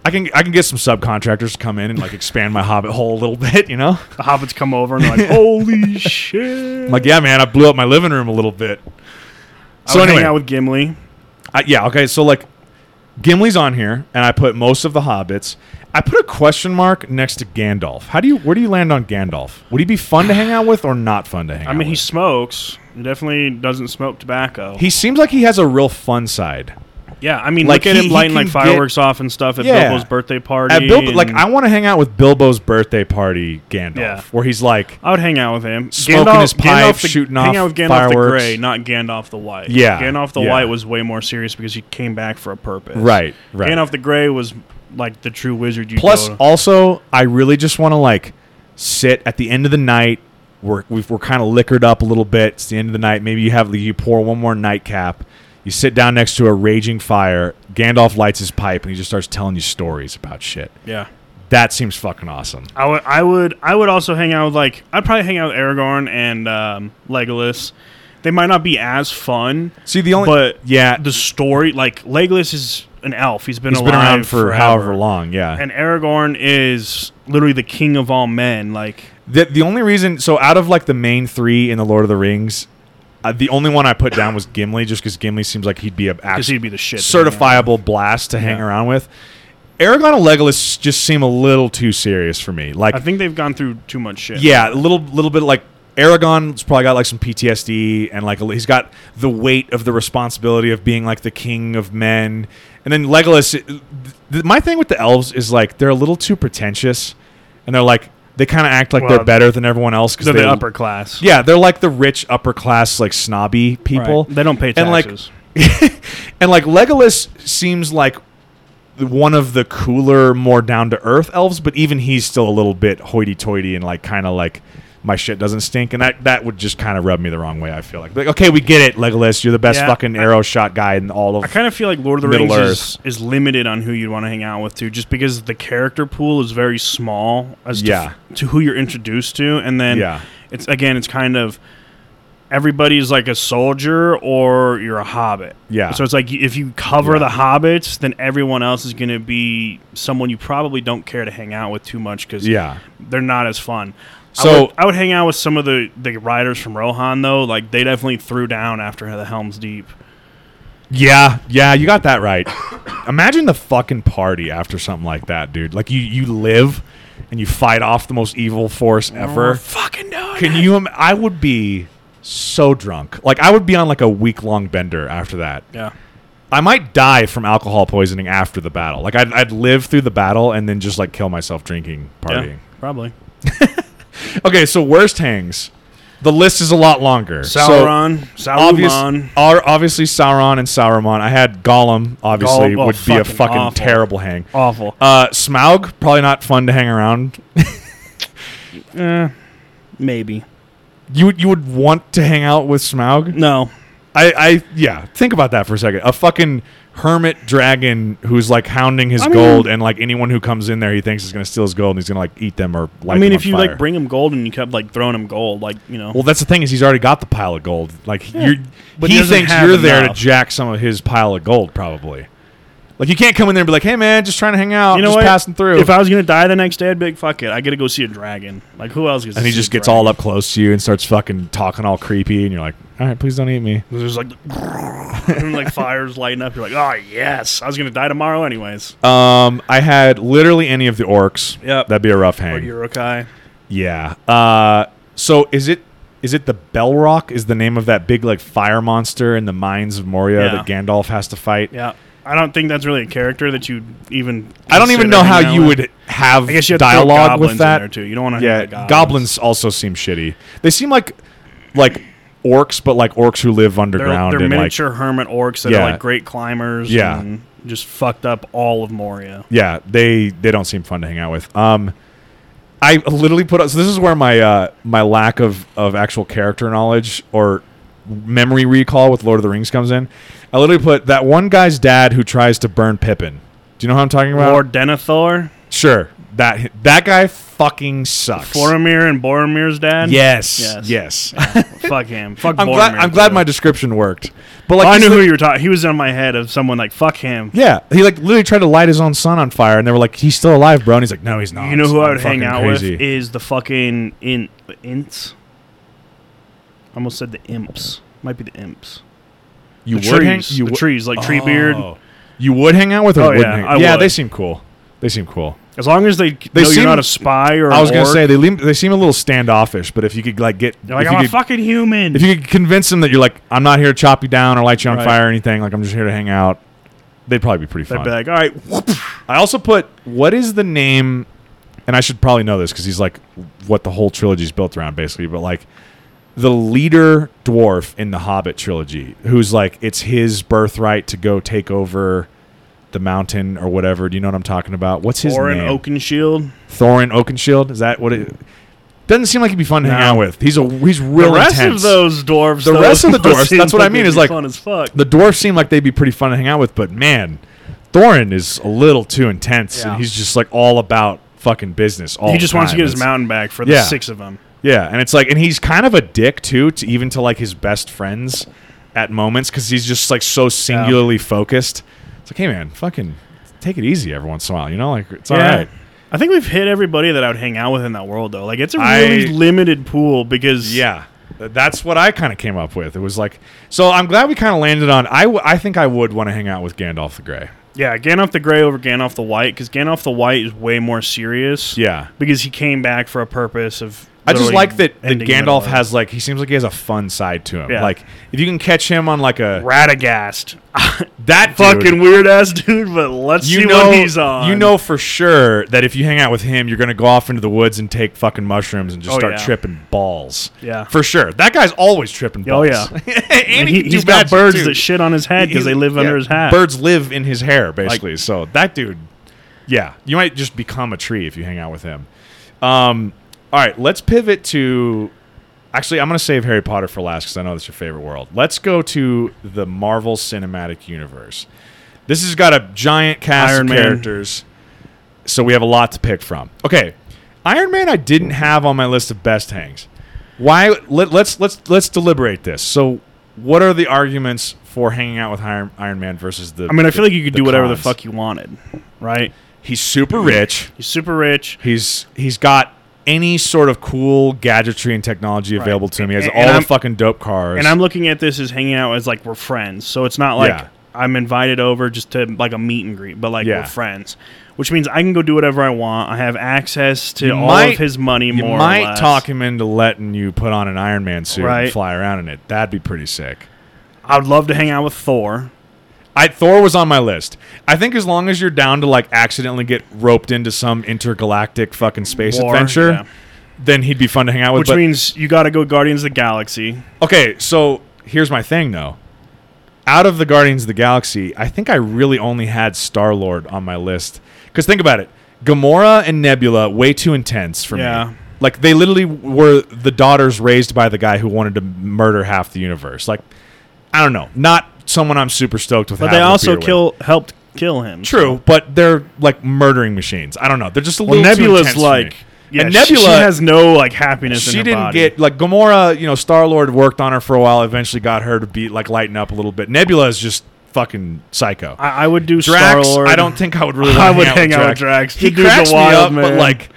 S1: I can I can get some subcontractors to come in and like expand my hobbit hole a little bit, you know?
S2: the hobbits come over and they're like, holy shit!
S1: I'm like, yeah, man, I blew up my living room a little bit.
S2: I would hang out with Gimli.
S1: I, yeah, okay. So like, Gimli's on here, and I put most of the hobbits. I put a question mark next to Gandalf. How do you? Where do you land on Gandalf? Would he be fun to hang out with or not fun to hang
S2: I
S1: out
S2: mean, he
S1: with?
S2: smokes. He definitely doesn't smoke tobacco.
S1: He seems like he has a real fun side.
S2: yeah, I mean,
S1: like,
S2: look at
S1: he-
S2: him
S1: he
S2: lighting like
S1: can
S2: fireworks off and stuff at
S1: Yeah.
S2: Bilbo's birthday party.
S1: At Bilbo, like
S2: and-
S1: I want to hang out with Bilbo's birthday party, Gandalf,
S2: Yeah.
S1: where he's like,
S2: I would hang out with him.
S1: Smoking his pipe,
S2: the,
S1: shooting
S2: hang
S1: off
S2: out with Gandalf the
S1: fireworks.
S2: Grey, not Gandalf the White.
S1: Yeah,
S2: Gandalf the
S1: yeah.
S2: White was way more serious because he came back for a purpose.
S1: right, right.
S2: Gandalf the Grey was like the true wizard. You
S1: Plus,
S2: go to-
S1: also, I really just want to like sit at the end of the night. We're we've, we're kind of liquored up a little bit. It's the end of the night. Maybe you have you pour one more nightcap. You sit down next to a raging fire. Gandalf lights his pipe and he just starts telling you stories about shit.
S2: yeah.
S1: That seems fucking awesome.
S2: I would, I would, I would also hang out with like I'd probably hang out with Aragorn and um, Legolas. They might not be as fun,
S1: See the only
S2: but
S1: yeah,
S2: the story like Legolas is an elf. He's been
S1: he's
S2: alive
S1: been around for
S2: forever.
S1: however long. Yeah,
S2: and Aragorn is literally the king of all men. Like
S1: The the only reason so out of like the main three in the Lord of the Rings, uh, the only one I put down was Gimli, just because Gimli seems like he'd be a
S2: because
S1: actual
S2: he'd be the shit. to hang out with.
S1: certifiable blast to hang
S2: Yeah.
S1: around with. Aragon and Legolas just seem a little too serious for me. Like,
S2: I think they've gone through too much shit.
S1: yeah, a little little bit like Aragon's probably got like some PTSD and like a, he's got the weight of the responsibility of being like the king of men. And then Legolas, th- th- my thing with the elves is like they're a little too pretentious, and they're like they kind of act like
S2: Well,
S1: they're better than everyone else because
S2: they're the upper class.
S1: Yeah, they're like the rich upper class, like snobby
S2: Right.
S1: people.
S2: They don't pay
S1: And, like,
S2: taxes.
S1: and like Legolas seems like one of the cooler, more down to earth elves, but even he's still a little bit hoity toity and like kind of like my shit doesn't stink, and that that would just kind of rub me the wrong way. I feel like like okay, we get it, Legolas, you're the best
S2: Yeah,
S1: fucking
S2: I-
S1: arrow shot guy in all of.
S2: I kind of feel like Lord of the
S1: Middle
S2: Rings is, is limited on who you'd want to hang out with too, just because the character pool is very small as
S1: Yeah.
S2: to, f- to who you're introduced to, and then
S1: Yeah.
S2: it's again it's kind of everybody's like a soldier or you're a hobbit.
S1: Yeah.
S2: So it's like y- if you cover
S1: Yeah.
S2: the hobbits, then everyone else is going to be someone you probably don't care to hang out with too much because
S1: yeah,
S2: they're not as fun. I
S1: So-
S2: would, I would hang out with some of the the riders from Rohan though. Like they definitely threw down after the Helm's Deep.
S1: yeah, yeah. You got that right. Imagine the fucking party after something like that, dude. Like you you live and you fight off the most evil force ever.
S2: fucking doing
S1: Can you? Im- I would be so drunk. Like I would be on like a week long bender after that.
S2: Yeah.
S1: I might die from alcohol poisoning after the battle. Like I'd, I'd live through the battle and then just like kill myself drinking,
S2: Yeah,
S1: partying.
S2: probably.
S1: Okay, so worst hangs. The list is a lot longer. So
S2: Sauron,
S1: obvious,
S2: Saruman.
S1: are obviously Sauron and Sauron. I had Gollum. Obviously,
S2: Gollum, oh,
S1: would be a
S2: fucking
S1: fucking
S2: awful.
S1: terrible hang.
S2: Awful.
S1: Uh, Smaug probably not fun to hang around.
S2: Eh, maybe.
S1: You would- you would want to hang out with Smaug.
S2: No.
S1: I, I yeah, think about that for a second. A fucking hermit dragon who's like hounding his
S2: I mean-
S1: gold, and like anyone who comes in there, he thinks is gonna steal his gold, and he's gonna like eat them or. Light
S2: I mean,
S1: them
S2: if
S1: on
S2: you
S1: fire.
S2: like bring him gold and you kept like throwing him gold, like you know,
S1: well, that's the thing is he's already got the pile of gold. Like you're,
S2: but he
S1: he
S2: doesn't
S1: thinks
S2: have
S1: you're there to
S2: enough.
S1: jack some of his pile of gold, probably. Like you can't come in there and be like, "Hey man, just trying to hang out,
S2: you know
S1: just
S2: what?
S1: passing through."
S2: If I was gonna die the next day, I'd be like, fuck it, I gotta go see a dragon. Like who else? Gets
S1: and he just gets all up close to you and starts fucking talking all creepy, and you're like, "All right, please don't eat me."
S2: There's like, and, like fires lighting up. You're like, oh yes, I was gonna die tomorrow anyways.
S1: Um, I had literally any of the orcs.
S2: Yep.
S1: that'd be a rough hang.
S2: Or Urukai.
S1: Yeah. Uh, so is it is it the Belrock is the name of that big like fire monster in the mines of Moria
S2: Yeah.
S1: that Gandalf has to fight?
S2: Yeah. I don't think that's really a character that you even.
S1: I don't even
S2: consider
S1: know how
S2: hanging out
S1: you
S2: with.
S1: would have
S2: I guess you have to throw
S1: dialogue
S2: goblins
S1: with
S2: in there
S1: that.
S2: too. You don't want to.
S1: Yeah,
S2: goblins.
S1: goblins. also seem shitty. They seem like like orcs, but like orcs who live
S2: They're,
S1: underground
S2: they're
S1: and like
S2: miniature hermit orcs that
S1: Yeah.
S2: are like great climbers.
S1: Yeah.
S2: and just fucked up all of Moria.
S1: yeah, they they don't seem fun to hang out with. Um, I literally put up. So this is where my uh, my lack of of actual character knowledge or memory recall with Lord of the Rings comes in. I literally put that one guy's dad who tries to burn Pippin. Do you know who I'm talking about?
S2: Lord Denethor,
S1: Sure. That that guy fucking sucks.
S2: Boromir, and Boromir's dad.
S1: Yes.
S2: Yes.
S1: Yes.
S2: fuck him. Fuck.
S1: I'm
S2: Boromir,
S1: glad. I'm glad
S2: too.
S1: my description worked. But like
S2: Well, Oh, I
S1: he's
S2: knew
S1: the-
S2: who you were talking. He was in my head of someone like fuck him.
S1: Yeah, he like literally tried to light his own son on fire, and they were like, "He's still alive, bro." And he's like, "No, he's not."
S2: You know who
S1: I'm
S2: I would hang
S1: fucking
S2: out
S1: crazy."
S2: with is the fucking in ints. I almost said the imps. Might be the imps.
S1: You
S2: the
S1: would hang-
S2: trees.
S1: you
S2: the
S1: would-
S2: trees like tree beard.
S1: Oh. You would hang out with, or
S2: Oh,
S1: wouldn't
S2: yeah,
S1: hang-
S2: I
S1: yeah,
S2: would.
S1: they seem cool. They seem cool.
S2: As long as they,
S1: They
S2: know
S1: seem-
S2: you're not a spy or
S1: I was
S2: going
S1: gonna
S2: to
S1: say they leem- they seem a little standoffish, but if you could like get
S2: like
S1: if,
S2: I'm
S1: you
S2: a
S1: could,
S2: fucking human.
S1: if you could convince them that you're like, I'm not here to chop you down or light you on
S2: Right.
S1: fire or anything. Like I'm just here to hang out. They'd probably be pretty
S2: They'd
S1: fun.
S2: be like, all right,
S1: I also put what is the name, and I should probably know this because he's like what the whole trilogy is built around, basically. But like the leader dwarf in the Hobbit trilogy, who's like it's his birthright to go take over the mountain or whatever. Do you know what I'm talking about? What's his
S2: Thorin
S1: name?
S2: Oakenshield.
S1: Thorin Oakenshield. Is that what it? Doesn't seem like he'd be fun to hang
S2: No.
S1: out with. He's a he's
S2: The
S1: real
S2: rest
S1: intense.
S2: of those dwarves.
S1: The
S2: though,
S1: rest of the dwarves,
S2: seem
S1: that's what I
S2: they'd
S1: mean, is
S2: be
S1: like-
S2: fun as fuck.
S1: the dwarves seem like they'd be pretty fun to hang out with, but man, Thorin is a little too intense,
S2: Yeah.
S1: and he's just like all about fucking business. All
S2: he just
S1: the
S2: wants to
S1: time.
S2: get his
S1: It's-
S2: mountain back for the
S1: Yeah.
S2: six of them.
S1: Yeah, and it's like, and he's kind of a dick too, to even to like his best friends at moments because he's just like so singularly focused. It's like, hey man, fucking take it easy every once in a while, you know? Like it's all right.
S2: I think we've hit everybody that I would hang out with in that world though. Like it's a
S1: I-
S2: really limited pool because
S1: Yeah. Th- That's what I kind of came up with. It was like, so I'm glad we kind of landed on. I, w- I think I would want to hang out with Gandalf the Grey.
S2: yeah, Gandalf the Grey over Gandalf the White because Gandalf the White is way more serious.
S1: Yeah.
S2: because he came back for a purpose of.
S1: I just
S2: literally
S1: like that, that
S2: ending the Middle
S1: Gandalf
S2: Earth.
S1: has like he seems like he has a fun side to him.
S2: Yeah.
S1: Like if you can catch him on like a
S2: Radagast,
S1: that
S2: fucking
S1: dude,
S2: weird ass dude. But let's
S1: you
S2: see
S1: know
S2: what he's on.
S1: you know for sure that if you hang out with him, you're gonna go off into the woods and take fucking mushrooms and just
S2: Oh,
S1: start
S2: yeah.
S1: tripping balls.
S2: Yeah.
S1: for sure. That guy's always tripping
S2: Oh,
S1: balls.
S2: yeah.
S1: and
S2: And
S1: he,
S2: he,
S1: can
S2: he's
S1: do
S2: got
S1: magic,
S2: birds
S1: too.
S2: that shit on his head because
S1: He-
S2: they live
S1: yeah,
S2: under his hat.
S1: Birds live in his hair basically. so that dude, yeah, you might just become a tree if you hang out with him. Um, all right, let's pivot to. Actually, I'm going to save Harry Potter for last because I know that's your favorite world. Let's go to the Marvel Cinematic Universe. This has got a giant cast
S2: Iron
S1: of
S2: Man.
S1: characters, so we have a lot to pick from. Okay, Iron Man I didn't have on my list of best hangs. Why? Let, let's let's let's deliberate this. So, what are the arguments for hanging out with Iron, Iron Man versus the?
S2: I mean, I feel like you could
S1: the
S2: do whatever the
S1: cons?
S2: fuck you wanted, right?
S1: He's super rich.
S2: He's super rich.
S1: He's he's got any sort of cool gadgetry and technology available to him. He has
S2: And-
S1: all
S2: and
S1: the
S2: I'm-
S1: fucking dope cars.
S2: And I'm looking at this as hanging out as like we're friends. So it's not like
S1: Yeah.
S2: I'm invited over just to like a meet and greet, but like
S1: Yeah.
S2: we're friends, which means I can go do whatever I want. I have access to
S1: You
S2: all
S1: might-
S2: of his money.
S1: you
S2: more or
S1: might
S2: less.
S1: talk him into letting you put on an Iron Man suit
S2: Right.
S1: and fly around in it. That'd be pretty sick.
S2: I'd love to hang out with Thor.
S1: I Thor was on my list. I think as long as you're down to like accidentally get roped into some intergalactic fucking space
S2: War,
S1: adventure,
S2: yeah.
S1: then he'd be fun to hang out with.
S2: Which
S1: but-
S2: means you got to go Guardians of the Galaxy.
S1: okay, so here's my thing though. Out of the Guardians of the Galaxy, I think I really only had Star Lord on my list. Because think about it, Gamora and Nebula way too intense for
S2: Yeah.
S1: me. Like they literally were the daughters raised by the guy who wanted to murder half the universe. Like I don't know, not someone I'm super stoked with.
S2: But
S1: having
S2: they
S1: a
S2: also
S1: beer with.
S2: kill helped kill him.
S1: True, but they're like murdering machines. I don't know. They're just a
S2: Well,
S1: little too
S2: Nebula's
S1: intense for me.
S2: like yeah,
S1: and
S2: she-
S1: Nebula
S2: she has no like happiness. in
S1: she
S2: her
S1: didn't
S2: body.
S1: get like Gamora. You know, Star Lord worked on her for a while. Eventually, got her to be like lighten up a little bit. Nebula is just fucking psycho.
S2: I, I would do Star
S1: Drax,
S2: Lord.
S1: I don't think I would really.
S2: I
S1: wanna
S2: would
S1: hang out with Drax.
S2: Drax. The
S1: He
S2: dude's a
S1: cracks me
S2: wild
S1: up, but
S2: man.
S1: like,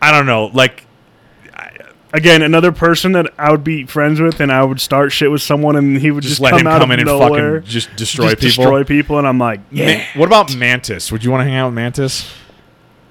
S1: I don't know. Like,
S2: again another person that I would be friends with, and I would start shit with someone, and he would
S1: just,
S2: just,
S1: let
S2: come
S1: him
S2: out
S1: come
S2: of
S1: in and
S2: nowhere,
S1: fucking just destroy
S2: just
S1: people.
S2: destroy people, and I'm like,
S1: Ma-
S2: yeah,
S1: What about Mantis? Would you want to hang out with Mantis?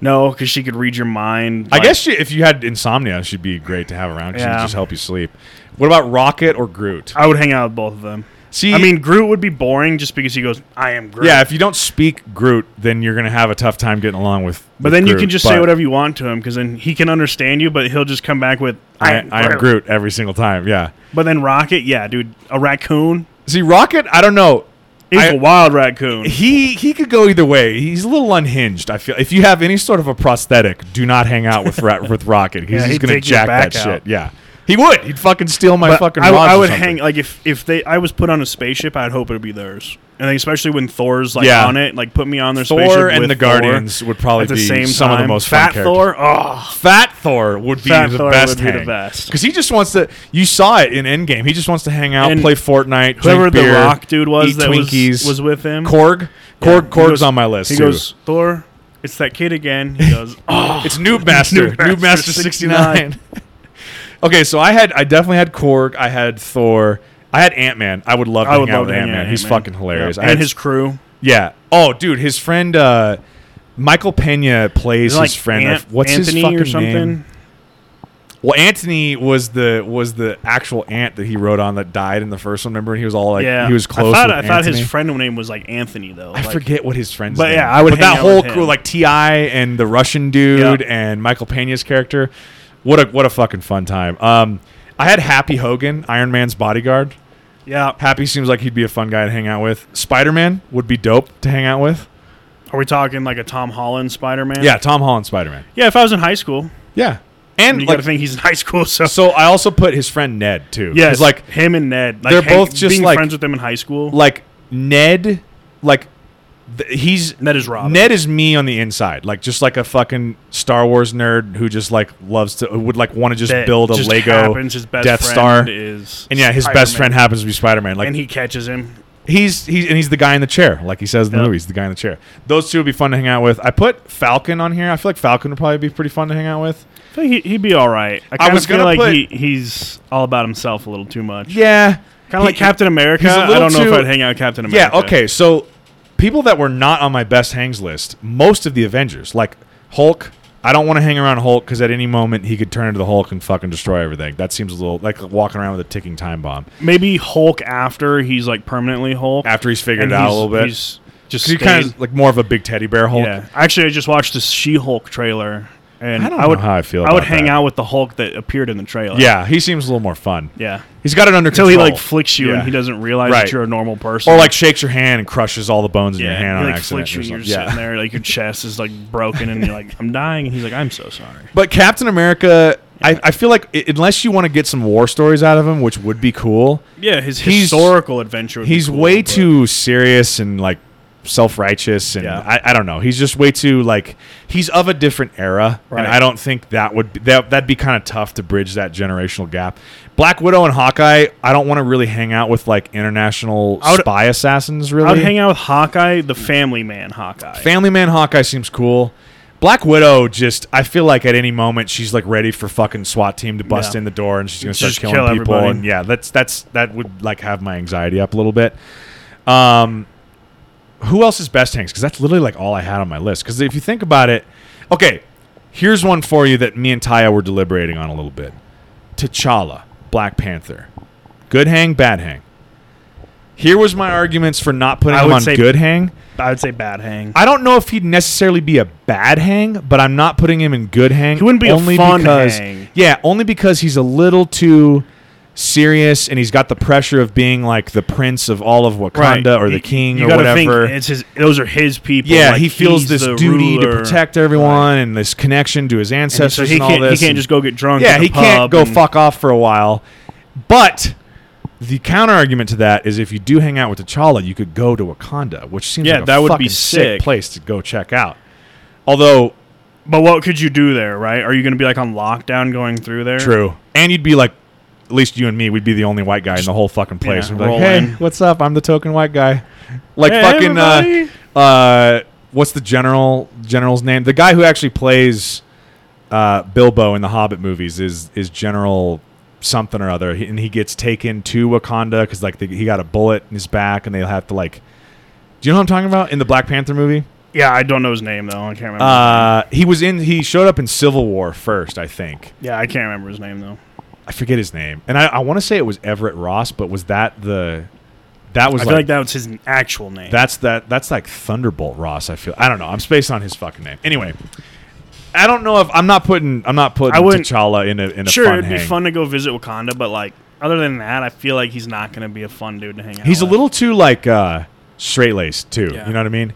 S2: no, because she could read your mind.
S1: I
S2: like-
S1: guess she, if you had insomnia, she'd be great to have around. 'cause She'd
S2: Yeah.
S1: just help you sleep. What about Rocket or Groot?
S2: I would hang out with both of them.
S1: See,
S2: I mean, Groot would be boring just because he goes, "I am Groot."
S1: yeah, if you don't speak Groot, then you're gonna have a tough time getting along with.
S2: but
S1: with
S2: then you
S1: Groot,
S2: can just
S1: but
S2: say whatever you want to him because then he can understand you, but he'll just come back with, "I,
S1: I, I am Groot every single time. Yeah.
S2: But then Rocket, yeah, dude, a raccoon.
S1: See, Rocket, I don't know.
S2: He's
S1: I-
S2: a wild raccoon.
S1: He he could go either way. He's a little unhinged. I feel if you have any sort of a prosthetic, do not hang out with Ra- with Rocket. He's
S2: Yeah,
S1: just
S2: he'd
S1: gonna
S2: take your
S1: jack
S2: back
S1: that
S2: out.
S1: shit. Yeah, he would. He'd fucking steal my
S2: But
S1: fucking.
S2: I,
S1: rods
S2: I
S1: or
S2: would
S1: something.
S2: hang like if if they I was put on a spaceship, I'd hope it'd be theirs. And then especially when Thor's like
S1: Yeah.
S2: on it, like put me on their spaceship
S1: Thor and
S2: with
S1: the Guardians would
S2: Thor
S1: probably
S2: at the
S1: be
S2: same
S1: some of the
S2: time.
S1: most
S2: fat
S1: fun characters.
S2: Thor. Oh,
S1: Fat Thor would be
S2: Fat
S1: the
S2: Thor
S1: best.
S2: would be the best.
S1: Because he just wants to. You saw it in Endgame. He just wants to hang out,
S2: And
S1: play Fortnite,
S2: whoever
S1: drink beer,
S2: the Rock dude was
S1: eat
S2: that
S1: Twinkies.
S2: was was with him.
S1: Korg.
S2: Yeah.
S1: Korg.
S2: He
S1: Korg's
S2: goes-
S1: on my list.
S2: he
S1: too.
S2: goes Thor. It's that kid again. He goes. Oh,
S1: It's Noob Master.
S2: Noob
S1: Noob
S2: Master
S1: Master 69. okay, so I had I definitely had Korg, I had Thor, I had Ant Man. I would love to
S2: I
S1: hang
S2: would
S1: out
S2: love
S1: with
S2: to hang
S1: Ant Man.
S2: out
S1: He's
S2: Ant-Man.
S1: fucking hilarious.
S2: Yeah.
S1: I had,
S2: And his crew.
S1: Yeah. Oh, dude, his friend uh Michael Pena plays
S2: Is it like
S1: his friend.
S2: Ant-
S1: What's
S2: Anthony
S1: his fucking
S2: or something?
S1: name? Well, Anthony was the was the actual ant that he rode on that died in the first one. Remember, and he was all like
S2: yeah,
S1: he was close.
S2: I thought,
S1: with
S2: I thought his
S1: Anthony.
S2: friend name was like Anthony though.
S1: I
S2: like,
S1: forget what his friends.
S2: But
S1: name.
S2: yeah, I would
S1: But
S2: hang
S1: that
S2: out with
S1: whole
S2: him.
S1: crew, like Ti and the Russian dude
S2: Yeah.
S1: and Michael Pena's character. What a what a fucking fun time. Um, I had Happy Hogan, Iron Man's bodyguard.
S2: Yeah.
S1: Happy seems like he'd be a fun guy to hang out with. Spider Man would be dope to hang out with.
S2: Are we talking like a Tom Holland Spider Man?
S1: Yeah, Tom Holland Spider Man.
S2: Yeah. If I was in high school,
S1: Yeah,
S2: you
S1: and
S2: got
S1: like
S2: to think he's in high school. So
S1: so, I also put his friend Ned too. 'Cause,
S2: yeah, it's
S1: like
S2: like him and Ned. Like
S1: they're
S2: hang-
S1: both just
S2: being
S1: like-
S2: friends with them in high school.
S1: like Ned, like th- he's
S2: Ned is Robin.
S1: Ned is me on the inside, like just like a fucking Star Wars nerd who just like loves to would like want to just
S2: That
S1: build a
S2: just
S1: Lego
S2: happens, his best
S1: Death
S2: friend
S1: Star.
S2: is
S1: And yeah, his best friend
S2: Spider-Man.
S1: happens to be Spider Man. Like
S2: and he catches him.
S1: he's he's and he's the guy in the chair, like he says in the
S2: Yeah.
S1: movie. He's the guy in the chair. Those two would be fun to hang out with. I put Falcon on here. I feel like Falcon would probably be pretty fun to hang out with.
S2: I feel he, he'd be all right. I, kinda
S1: was
S2: feel
S1: gonna
S2: like
S1: put-
S2: he, he's all about himself a little too much.
S1: Yeah,
S2: kind of like
S1: He-
S2: Captain America.
S1: he's a
S2: I
S1: little
S2: don't know
S1: too-
S2: if I'd hang out with Captain
S1: Yeah.
S2: America.
S1: Okay. So people that were not on my best hangs list, most of the Avengers, like Hulk. I don't want to hang around Hulk because at any moment he could turn into the Hulk and fucking destroy everything. That seems a little like walking around with a ticking time bomb.
S2: Maybe Hulk after he's like permanently Hulk.
S1: After he's figured
S2: and
S1: it out a
S2: he's-
S1: little bit,
S2: He's just
S1: so you kind
S2: stayed-
S1: of like more of a big teddy bear Hulk.
S2: Yeah. Actually, I just watched the She-Hulk trailer, and
S1: I
S2: I,
S1: don't
S2: would
S1: know how I feel.
S2: I would
S1: about
S2: hang
S1: that.
S2: out with the Hulk that appeared in the trailer.
S1: Yeah, he seems a little more fun.
S2: yeah.
S1: He's got it under
S2: Until he
S1: control.
S2: like flicks you
S1: Yeah.
S2: and he doesn't realize
S1: Right.
S2: that you're a normal person,
S1: or like shakes your hand and crushes all the bones in
S2: yeah,
S1: your hand
S2: he
S1: on
S2: like
S1: accident.
S2: flicks you
S1: or
S2: and you're
S1: something.
S2: sitting there like your chest is like broken and you're like I'm dying, and he's like I'm so sorry.
S1: But Captain America, I, I feel like i- unless you want to get some war stories out of him, which would be cool,
S2: Yeah, his
S1: He's-
S2: historical adventure. would be
S1: he's
S2: cool,
S1: way
S2: but-
S1: too serious and like self-righteous and
S2: Yeah.
S1: I, I don't know he's just way too like he's of a different era
S2: Right.
S1: and i don't think that would be, that, that'd be kind of tough to bridge that generational gap black widow and hawkeye i don't want to really hang out with like international
S2: I would-
S1: spy assassins
S2: I
S1: really
S2: would hang out with Hawkeye, the Family Man Hawkeye.
S1: Family Man Hawkeye seems cool. Black Widow just I feel like at any moment she's like ready for fucking SWAT team to bust
S2: Yeah.
S1: in the door and she's gonna start
S2: Just
S1: killing
S2: kill
S1: people
S2: everybody.
S1: and yeah that's that's that would like have my anxiety up a little bit. Um, who else is best hangs? Because that's literally like all I had on my list. Because if you think about it, okay, here's one for you that me and Taya were deliberating on a little bit. T'Challa, Black Panther, good hang, bad hang. Here was my arguments for not putting
S2: I
S1: him
S2: would
S1: on
S2: say-
S1: good hang.
S2: I would say bad hang.
S1: I don't know if he'd necessarily be a bad hang, but I'm not putting him in good hang.
S2: He wouldn't be a
S1: only
S2: fun
S1: because,
S2: hang.
S1: Yeah, only because he's a little too serious and he's got the pressure of being like the prince of all of Wakanda or the
S2: You-
S1: king
S2: you
S1: or
S2: gotta
S1: whatever.
S2: Think it's his. Those are his people.
S1: yeah,
S2: like,
S1: he feels
S2: he's
S1: this
S2: the
S1: duty
S2: ruler.
S1: to protect everyone and this connection to his
S2: And so
S1: ancestors
S2: he
S1: and all
S2: can't. He
S1: this.
S2: can't
S1: and-
S2: just go get drunk.
S1: yeah,
S2: in the
S1: he can't
S2: pub
S1: go
S2: and-
S1: fuck off for a while. But the counter argument to that is if you do hang out with T'Challa, you could go to Wakanda, which seems
S2: Yeah,
S1: like a
S2: that would be
S1: fucking sick
S2: sick.
S1: place to go check out. Although
S2: But what could you do there, right? Are you going to be like on lockdown going through there?
S1: True. And you'd be like, at least you and me, we'd be the only white guy in the whole fucking place.
S2: Yeah,
S1: We'd be like,
S2: roll
S1: hey,
S2: in."
S1: what's up? I'm the token white guy. Like
S2: Hey,
S1: fucking uh,
S2: everybody.
S1: uh, what's the general general's name? The guy who actually plays uh, Bilbo in the Hobbit movies is is General something or other, He- and he gets taken to Wakanda because like the, he got a bullet in his back, and they have to like. Do you know what I'm talking about in the Black Panther movie?
S2: Yeah, I don't know his name though. I can't remember.
S1: Uh, he was in. He showed up in Civil War first, I think.
S2: yeah, I can't remember his name though.
S1: I forget his name, and I, I want to say it was Everett Ross, but was that the that was
S2: I
S1: like,
S2: feel like that was his actual name.
S1: that's that that's like Thunderbolt Ross. I feel I don't know. I'm spaced on his fucking name. Anyway, I don't know if I'm not putting I'm not putting
S2: I wouldn't-
S1: T'Challa in a in a
S2: sure,
S1: fun
S2: it'd be
S1: hang.
S2: fun to go visit Wakanda, but like other than that, I feel like he's not going to be a fun dude to hang out.
S1: He's a
S2: with.
S1: little too like uh straight laced too.
S2: Yeah.
S1: You know what I mean?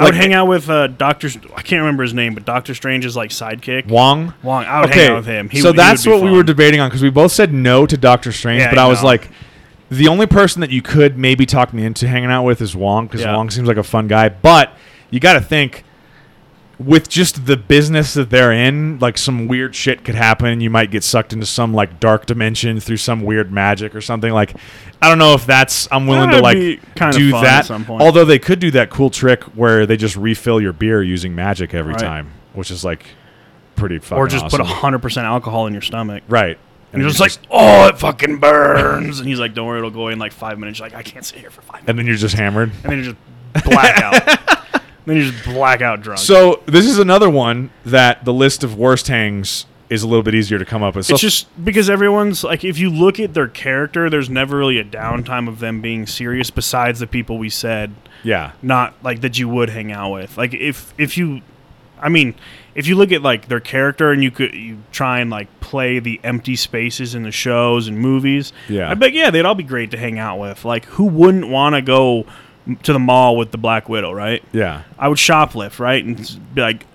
S2: I would hang out with uh, Doctor. I can't remember his name, but Doctor Strange's like sidekick.
S1: Wong.
S2: Wong. I would hang out with him. He
S1: so
S2: would- he
S1: that's
S2: would be
S1: what we were
S2: fun.
S1: debating on because we both said no to Doctor Strange,
S2: Yeah,
S1: but I was
S2: no.
S1: like, the only person that you could maybe talk me into hanging out with is Wong because
S2: Yeah.
S1: Wong seems like a fun guy. But you got to think with just the business that they're in, like some weird shit could happen. You might get sucked into some like dark dimension through some weird magic or something. Like, I don't know if that's I'm willing to
S2: That'd
S1: like
S2: be kinda
S1: do
S2: fun
S1: that.
S2: at some point.
S1: Although they could do that cool trick where they just refill your beer using magic every
S2: Right.
S1: time, which is like pretty fucking
S2: or just
S1: awesome.
S2: put hundred percent alcohol in your stomach.
S1: Right.
S2: And you're just like, oh, it fucking burns. And he's like, don't worry, it'll go away in like five minutes. You're like, I can't sit here for five minutes.
S1: and then you're just hammered.
S2: And then you just black out. then you just black out drunk.
S1: So this is another one that the list of worst hangs is a little bit easier to come up with. So
S2: it's just because everyone's like, if you look at their character, there's never really a downtime of them being serious besides the people we said
S1: yeah,
S2: not like that you would hang out with. Like if if you, I mean, if you look at like their character and you could you try and like play the empty spaces in the shows and movies.
S1: Yeah.
S2: I bet yeah they'd all be great to hang out with. Like who wouldn't want to go m- to the mall with the Black Widow, right?
S1: yeah,
S2: I would shoplift, right, and s- be like,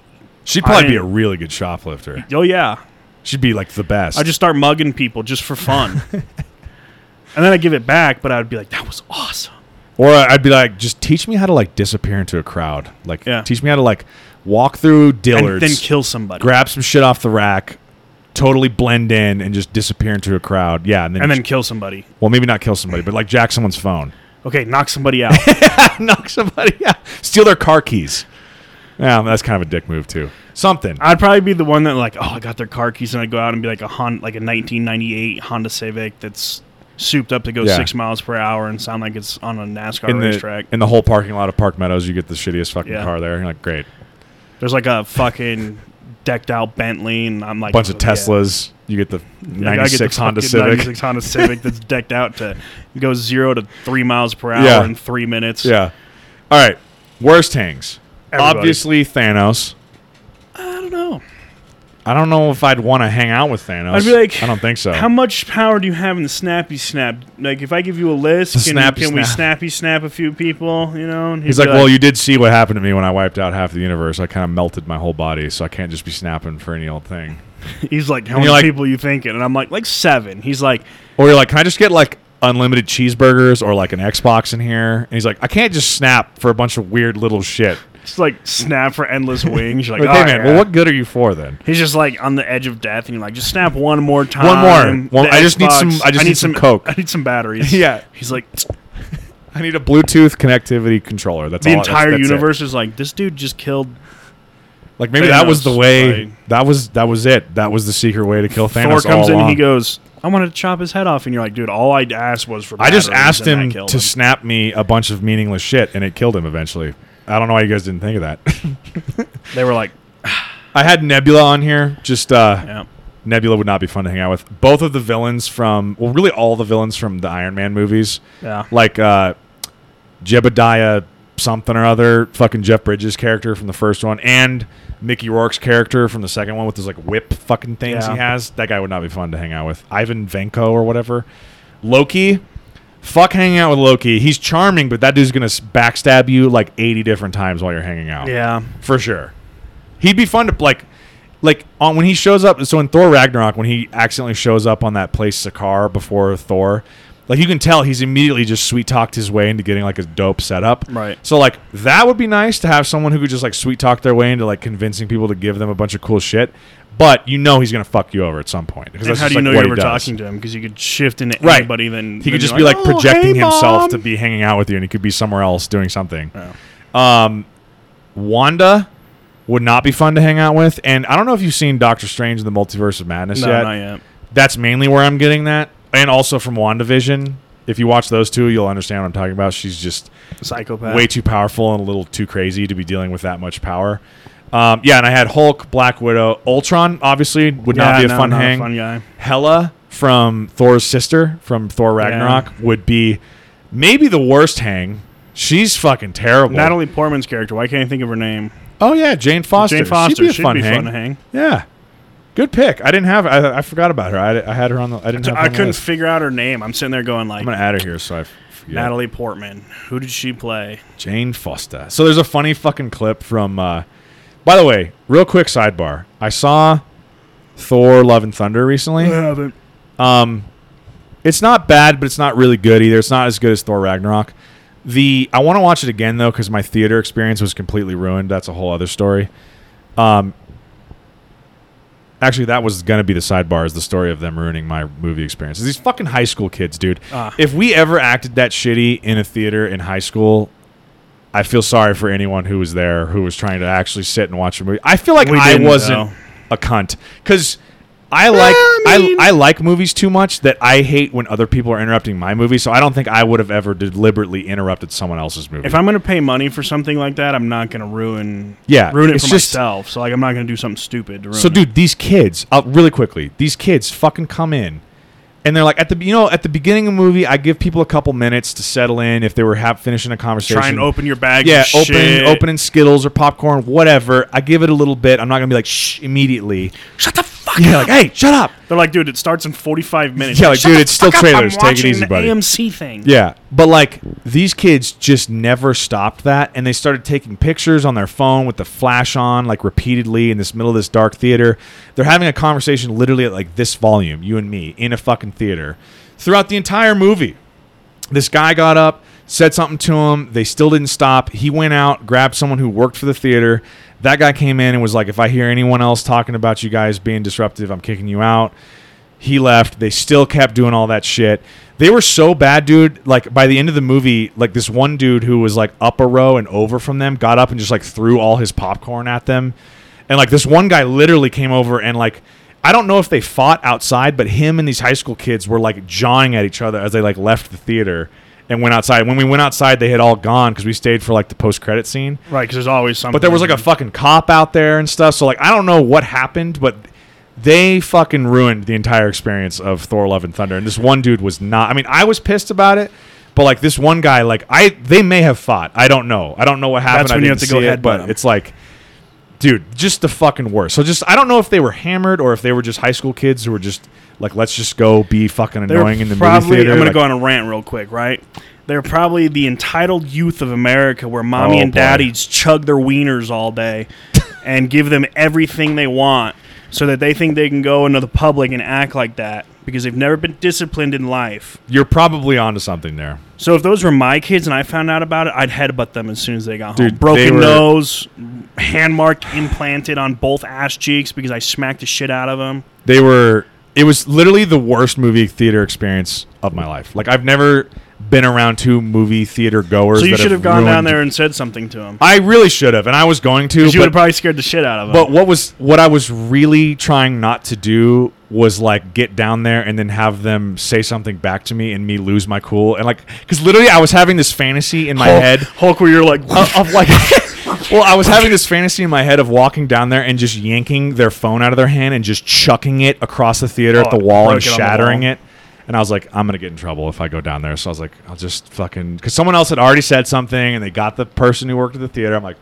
S1: she'd probably be a
S2: didn't-
S1: really good shoplifter.
S2: oh yeah,
S1: She'd be like the best.
S2: I just start mugging people just for fun. And then I give it back, but I'd be like, "That was awesome."
S1: or I'd be like, just teach me how to like disappear into a crowd. Like,
S2: Yeah.
S1: teach me how to like walk through
S2: And
S1: Dillard's,
S2: then kill somebody,
S1: grab some shit off the rack, totally blend in, and just disappear into a crowd. Yeah, and then,
S2: and then kill somebody.
S1: well, maybe not kill somebody, but like jack someone's phone,
S2: Okay, knock somebody out.
S1: knock somebody out, steal their car keys. Yeah, that's kind of a dick move too. Something.
S2: I'd probably be the one that like, oh, I got their car keys, and I'd go out and be like a Hon- like a 1998 Honda Civic that's souped up to go
S1: Yeah.
S2: six miles per hour and sound like it's on a NASCAR
S1: in the
S2: racetrack.
S1: in the whole parking lot of Park Meadows, you get the shittiest fucking
S2: Yeah.
S1: car there. You're like, great,
S2: There's like a fucking decked out Bentley, and I'm like
S1: bunch of
S2: Oh, yeah.
S1: Teslas. You get the
S2: Like, I get the
S1: '96 Honda
S2: fucking
S1: Civic.
S2: 96 Honda Civic that's decked out to go zero to three miles per hour
S1: Yeah.
S2: in three minutes.
S1: Yeah. All right. Worst hangs.
S2: Everybody.
S1: Obviously Thanos.
S2: I don't know.
S1: I don't know if I'd want to hang out with Thanos.
S2: I'd be like,
S1: I don't think so.
S2: How much power do you have in the snappy snap? Like, if I give you a list,
S1: The
S2: can,
S1: snappy
S2: can we
S1: snap.
S2: snappy snap a few people? You know, and
S1: He's like, well, you did see what happened to me when I wiped out half the universe. I kind of melted my whole body, so I can't just be snapping for any old thing.
S2: He's like, how
S1: And
S2: many
S1: you're like-
S2: people you thinking? And I'm like, like seven. He's like,
S1: Or you're like, can I just get like unlimited cheeseburgers or like an Xbox in here? And he's like, I can't just snap for a bunch of weird little shit.
S2: just like snap for endless wings. You're like, oh,
S1: Like, hey man,
S2: "All right."
S1: well, what good are you for then?
S2: He's just like on the edge of death, and you're like, just snap one more time.
S1: One more. One-
S2: The
S1: I just need
S2: Xbox-
S1: some- I just need some Coke.
S2: I need some batteries.
S1: Yeah.
S2: He's like,
S1: I need a Bluetooth connectivity controller. That's
S2: the
S1: all,
S2: entire
S1: that's- that's it.
S2: universe is like, this dude just killed
S1: Like maybe that was
S2: Thanos,
S1: the way.
S2: like-
S1: that was that was it. That was the secret way to kill
S2: Thor.
S1: Thanos.
S2: Comes
S1: all
S2: in, and
S1: along.
S2: he goes, I want to chop his head off, and you're like, dude, all I asked was for.
S1: I just
S2: batteries,
S1: asked
S2: and that
S1: him
S2: killed
S1: to snap me a bunch of meaningless shit, and it killed him eventually. I don't know why you guys didn't think of that.
S2: They were like,
S1: I had Nebula on here. Just uh,
S2: yeah.
S1: Nebula would not be fun to hang out with. Both of the villains from, well, really all the villains from the Iron Man movies,
S2: Yeah.
S1: like uh, Jebediah something or other, fucking Jeff Bridges' character from the first one, and Mickey Rourke's character from the second one with those like whip fucking things
S2: Yeah.
S1: he has. That guy would not be fun to hang out with. Ivan Venko or whatever. Loki, fuck hanging out with Loki. He's charming, but that dude's gonna s- backstab you like eighty different times while you're hanging out
S2: Yeah.
S1: for sure. He'd be fun to like, like on when he shows up. So in Thor Ragnarok, when he accidentally shows up on that place Sakaar before Thor, like you can tell he's immediately just sweet talked his way into getting like a dope setup.
S2: Right.
S1: So like that would be nice to have someone who could just like sweet talk their way into like convincing people to give them a bunch of cool shit. But you know he's gonna fuck you over at some point. Because
S2: And
S1: that's
S2: how
S1: just,
S2: do you
S1: like,
S2: know
S1: what
S2: you were
S1: he does.
S2: talking to him? Because you could shift into
S1: Right.
S2: anybody. Then
S1: He
S2: then
S1: could just
S2: you're
S1: be like
S2: "Oh,
S1: projecting
S2: hey,
S1: himself
S2: Mom."
S1: to be hanging out with you, and he could be somewhere else doing something.
S2: Yeah.
S1: Um, Wanda would not be fun to hang out with, and I don't know if you've seen Doctor Strange in the Multiverse of Madness
S2: No,
S1: yet.
S2: not yet.
S1: That's mainly where I'm getting that, and also from WandaVision. If you watch those two, you'll understand what I'm talking about. She's just
S2: Psychopath.
S1: way too powerful and a little too crazy to be dealing with that much power. Um, yeah, and I had Hulk, Black Widow, Ultron. Obviously, would not be a
S2: no,
S1: fun
S2: not
S1: hang.
S2: A fun guy.
S1: Hela from Thor's sister from Thor Ragnarok would be maybe the worst hang. She's fucking terrible.
S2: Natalie Portman's character. Why can't I think of her name?
S1: oh yeah, Jane Foster.
S2: Jane Foster.
S1: She'd be a
S2: She'd
S1: fun,
S2: be
S1: hang.
S2: fun to hang.
S1: Yeah, good pick. I didn't have. I, I forgot about her. I, I had her on the. I didn't. Have her
S2: I
S1: on the
S2: couldn't
S1: list.
S2: figure out her name. I'm sitting there going like,
S1: I'm gonna add her here so I f- forget.
S2: Natalie Portman. Who did she play?
S1: Jane Foster. So there's a funny fucking clip from. Uh, by the way, real quick sidebar. I saw Thor: Love and Thunder recently.
S2: haven't.
S1: It's not bad, but it's not really good either. It's not as good as Thor Ragnarok. The I want to watch it again though because my theater experience was completely ruined. That's a whole other story. Um, actually, that was going to be the sidebar is the story of them ruining my movie experience. These fucking high school kids, dude.
S2: Ah.
S1: If we ever acted that shitty in a theater in high school, I feel sorry for anyone who was there who was trying to actually sit and watch a movie. I feel like
S2: We
S1: I
S2: didn't,
S1: wasn't
S2: though.
S1: a cunt because I like I,
S2: mean-
S1: I like movies too much that I hate when other people are interrupting my movie. So I don't think I would have ever deliberately interrupted someone else's movie.
S2: If I'm gonna pay money for something like that, I'm not gonna ruin
S1: Yeah,
S2: ruin it
S1: it's
S2: for
S1: just-
S2: myself. So like, I'm not gonna do something stupid. To ruin
S1: so,
S2: it.
S1: dude, these kids, uh, really quickly, these kids fucking come in, and they're like at the you know at the beginning of the movie, I give people a couple minutes to settle in if they were ha- finishing a conversation.
S2: try and open your bag.
S1: yeah,
S2: of
S1: open
S2: shit.
S1: opening Skittles or popcorn, whatever. I give it a little bit. I'm not gonna be like shh immediately.
S2: Shut the fuck
S1: Yeah,
S2: up.
S1: like hey, shut up.
S2: They're like, dude, it starts in 45 minutes.
S1: Yeah,
S2: Like,
S1: like,
S2: "Shut
S1: dude,
S2: the
S1: it's still
S2: fuck up,
S1: trailers.
S2: I'm
S1: Take it
S2: watching
S1: easy,
S2: the
S1: buddy."
S2: AMC thing.
S1: Yeah, but like these kids just never stopped that, and they started taking pictures on their phone with the flash on, like repeatedly in this middle of this dark theater. They're having a conversation literally at like this volume, you and me, in a fucking theater, throughout the entire movie. This guy got up, said something to him. They still didn't stop. He went out, grabbed someone who worked for the theater. That guy came in and was like, "If I hear anyone else talking about you guys being disruptive, I'm kicking you out." He left. They still kept doing all that shit. They were so bad, dude. Like by the end of the movie, like this one dude who was like up a row and over from them got up and just like threw all his popcorn at them. And like this one guy literally came over and like I don't know if they fought outside, but him and these high school kids were like jawing at each other as they like left the theater and went outside. When we went outside, they had all gone because we stayed for like the post credit scene.
S2: Right, because there's always something.
S1: But there was like a fucking cop out there and stuff. So like I don't know what happened, but they fucking ruined the entire experience of Thor: Love and Thunder. And this one dude was not. I mean, I was pissed about it, but like this one guy, like I they may have fought. I don't know. I don't know what happened.
S2: That's
S1: I
S2: when you
S1: didn't
S2: have to go
S1: see it,
S2: headbutt
S1: but
S2: him.
S1: it's like. Dude, just the fucking worst. So just I don't know if they were hammered or if they were just high school kids who were just like, let's just go be fucking
S2: They're
S1: annoying in the
S2: probably,
S1: movie theater.
S2: I'm going
S1: like,
S2: to go on a rant real quick, right? They're probably the entitled youth of America where mommy
S1: Oh,
S2: and
S1: boy.
S2: daddies chug their wieners all day and give them everything they want so that they think they can go into the public and act like that because they've never been disciplined in life.
S1: You're probably onto something there.
S2: So if those were my kids and I found out about it, I'd headbutt them as soon as they got
S1: Dude,
S2: home. Broken
S1: they were-
S2: nose, hand mark implanted on both ass cheeks because I smacked the shit out of them.
S1: they were it was literally the worst movie theater experience of my life like i've never been around two movie theater goers
S2: So you
S1: that
S2: should have gone down
S1: ruined-
S2: there and said something to them.
S1: i really should have and i was going to
S2: You would have
S1: but,
S2: probably scared the shit out of them.
S1: but what was what i was really trying not to do was like get down there and then have them say something back to me and me lose my cool and like because literally i was having this fantasy in my
S2: Hulk,
S1: head
S2: Hulk, where you're like,
S1: of, of like well i was having this fantasy in my head of walking down there and just yanking their phone out of their hand and just chucking it across the theater at
S2: Oh,
S1: the wall
S2: broke
S1: and
S2: it on the
S1: shattering
S2: wall.
S1: it and i was like i'm gonna get in trouble if i go down there so i was like i'll just fucking because someone else had already said something and they got the person who worked at the theater i'm like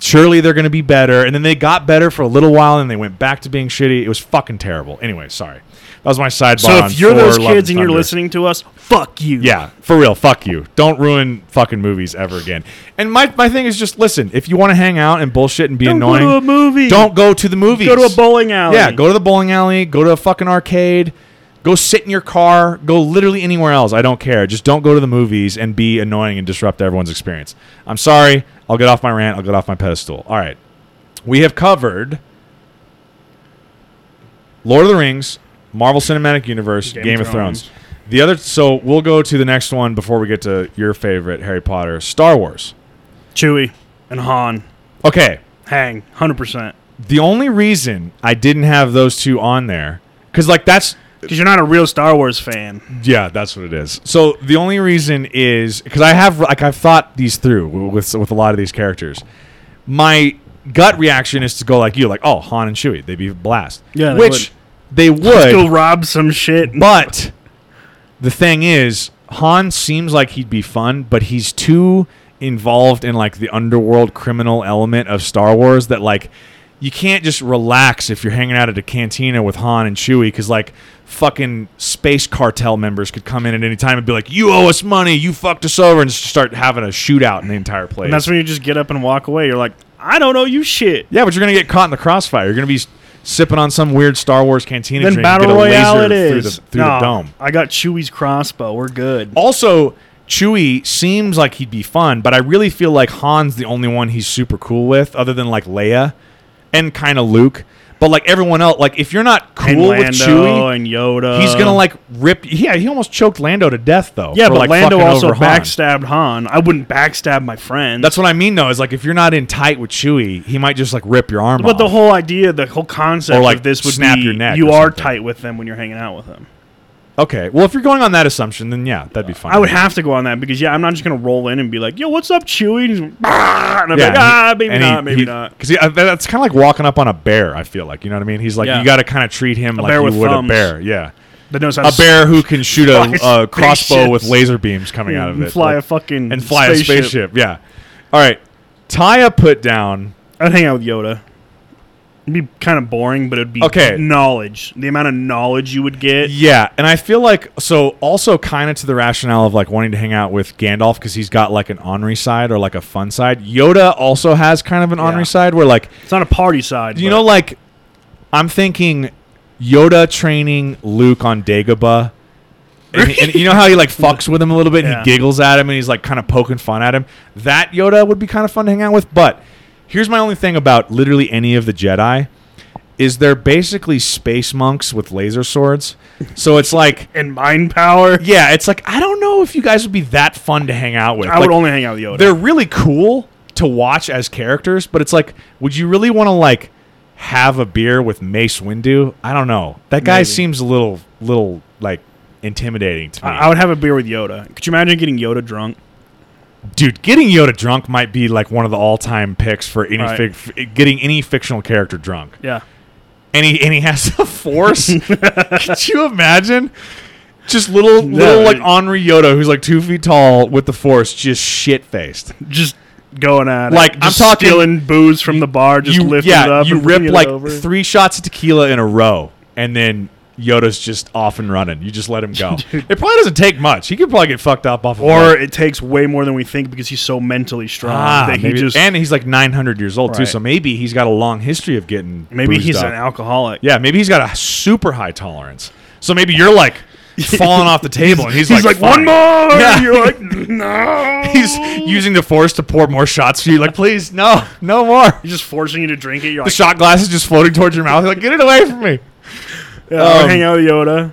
S1: surely they're gonna be better and then they got better for a little while and they went back to being shitty it was fucking terrible anyway sorry that was my sidebar
S2: so
S1: on
S2: if you're
S1: Thor,
S2: those
S1: Love
S2: kids and you're
S1: Thunder.
S2: listening to us, fuck you.
S1: Yeah, for real. Fuck you. Don't ruin fucking movies ever again. And my, my thing is just listen. If you want to hang out and bullshit and be
S2: Don't
S1: annoying,
S2: go to a movie.
S1: don't go to the movies.
S2: go to a bowling alley.
S1: Yeah, go to the bowling alley. Go to a fucking arcade. Go sit in your car. Go literally anywhere else. I don't care. Just don't go to the movies and be annoying and disrupt everyone's experience. I'm sorry. I'll get off my rant. I'll get off my pedestal. All right, we have covered Lord of the Rings, Marvel Cinematic Universe,
S2: Game
S1: Game,
S2: of
S1: of Thrones.
S2: Thrones.
S1: The other, so we'll go to the next one before we get to your favorite Harry Potter, Star Wars.
S2: Chewie and Han
S1: Okay,
S2: hang 100 percent
S1: the only reason I didn't have those two on there, because like that's
S2: because you're not a real Star Wars fan.
S1: Yeah, that's what it is. So the only reason is because I have like I've thought these through w- with with a lot of these characters. My gut reaction is to go like you, like oh Han and Chewie, they'd be a blast.
S2: Yeah, they
S1: which they would.
S2: Go rob some shit.
S1: but the thing is, Han seems like he'd be fun, but he's too involved in like the underworld criminal element of Star Wars that like. you can't just relax if you're hanging out at a cantina with Han and Chewie because like fucking space cartel members could come in at any time and be like, "You owe us money. You fucked us over," and just start having a shootout in the entire place.
S2: And that's when you just get up and walk away. You're like, I don't know you shit.
S1: yeah, but you're gonna get caught in the crossfire. You're gonna be s- sipping on some weird Star Wars cantina
S2: Then
S1: drink and
S2: battle
S1: get a
S2: royale it
S1: laser through
S2: is.
S1: the, through
S2: Nah,
S1: the dome.
S2: I got Chewie's crossbow. We're good.
S1: Also, Chewie seems like he'd be fun, but I really feel like Han's the only one he's super cool with, other than like Leia and kind of Luke. But like everyone else, like if you're not
S2: And
S1: cool
S2: Lando
S1: with Chewie,
S2: and Yoda.
S1: he's gonna like rip. Yeah, he almost choked Lando to death though.
S2: Yeah,
S1: for,
S2: but
S1: like,
S2: Lando
S1: fucking
S2: also
S1: over Han.
S2: backstabbed Han. I wouldn't backstab my friend.
S1: That's what I mean though. Is like if you're not in tight with Chewie, he might just like rip your arm
S2: but the
S1: off.
S2: whole idea, the whole concept
S1: Or, like,
S2: of this would
S1: snap
S2: be
S1: your neck
S2: you
S1: or
S2: are
S1: something.
S2: tight with them when you're hanging out with them.
S1: okay, well if you're going on that assumption, then yeah, that'd be fine.
S2: I would have to go on that because yeah, I'm not just gonna roll in and be like, "Yo, what's up, Chewie?" And, he's, "Bah!" and I'm like, "Ah, maybe not, maybe not."
S1: Because uh, that's kind of like walking up on a bear. I feel like you know what I mean. He's like
S2: Yeah.
S1: you got to kind of treat him like
S2: bear
S1: you
S2: with
S1: would
S2: thumbs.
S1: a bear. Yeah,
S2: That knows how
S1: a
S2: to
S1: bear who can shoot
S2: Fly
S1: a, a crossbow with
S2: spaceships.
S1: laser beams coming out of
S2: and
S1: it,
S2: fly
S1: like-
S2: a fucking
S1: and fly
S2: spaceship.
S1: a spaceship. Yeah. All right, Taya put down.
S2: I'd hang out with Yoda. It'd be kind of boring, but it'd be
S1: Okay.
S2: knowledge. The amount of knowledge you would get.
S1: Yeah, and I feel like so also kind of to the rationale of like wanting to hang out with Gandalf because he's got like an ornery side or like a fun side. Yoda also has kind of an ornery
S2: Yeah.
S1: side where like
S2: It's not a party side.
S1: You
S2: but
S1: know, like I'm thinking Yoda training Luke on Dagobah. And, and you know how he like fucks with him a little bit and
S2: Yeah.
S1: he giggles at him and he's like kind of poking fun at him. That Yoda would be kind of fun to hang out with. But here's my only thing about literally any of the Jedi is they're basically space monks with laser swords. So it's like
S2: and mind power.
S1: yeah, it's like I don't know if you guys would be that fun to hang out with.
S2: I
S1: Like,
S2: would only hang out with Yoda.
S1: they're really cool to watch as characters, but it's like, would you really want to like have a beer with Mace Windu? I don't know. That guy
S2: Maybe.
S1: seems a little, little like intimidating to me.
S2: I, I would have a beer with Yoda. Could you imagine getting Yoda drunk?
S1: Dude, getting Yoda drunk might be like one of the all-time picks for any
S2: Right.
S1: fic- f- getting any fictional character drunk.
S2: Yeah.
S1: And he and he has the Force. Could you imagine? Just little,
S2: No,
S1: little like
S2: it-
S1: Henri Yoda, who's like two feet tall with the Force, just shit faced.
S2: Just going at it.
S1: Like, I'm
S2: Just
S1: talking-
S2: stealing booze from the bar, just
S1: you,
S2: lifting
S1: yeah,
S2: it up.
S1: you
S2: and bringing
S1: rip
S2: it
S1: like
S2: over.
S1: three shots of tequila in a row, and then Yoda's just off and running. You just let him go. it probably doesn't take much. He could probably get fucked up off of
S2: Or
S1: that.
S2: it takes way more than we think because he's so mentally strong
S1: Ah,
S2: that he
S1: maybe-
S2: just
S1: and he's like 900 years old too,
S2: Right.
S1: so maybe he's got a long history of getting.
S2: maybe
S1: bruised
S2: he's
S1: up.
S2: an alcoholic.
S1: yeah, maybe he's got a super high tolerance. So maybe you're like falling off the table, and he's,
S2: He's like,
S1: "Fine."
S2: one more.
S1: Yeah.
S2: And you're like, no.
S1: He's using the force to pour more shots for you. Like, please, no, no more.
S2: He's just forcing you to drink it. You're
S1: The
S2: like,
S1: shot glass is just floating towards your mouth. You're like, get it away from me.
S2: yeah, I'll
S1: um,
S2: hang out with Yoda.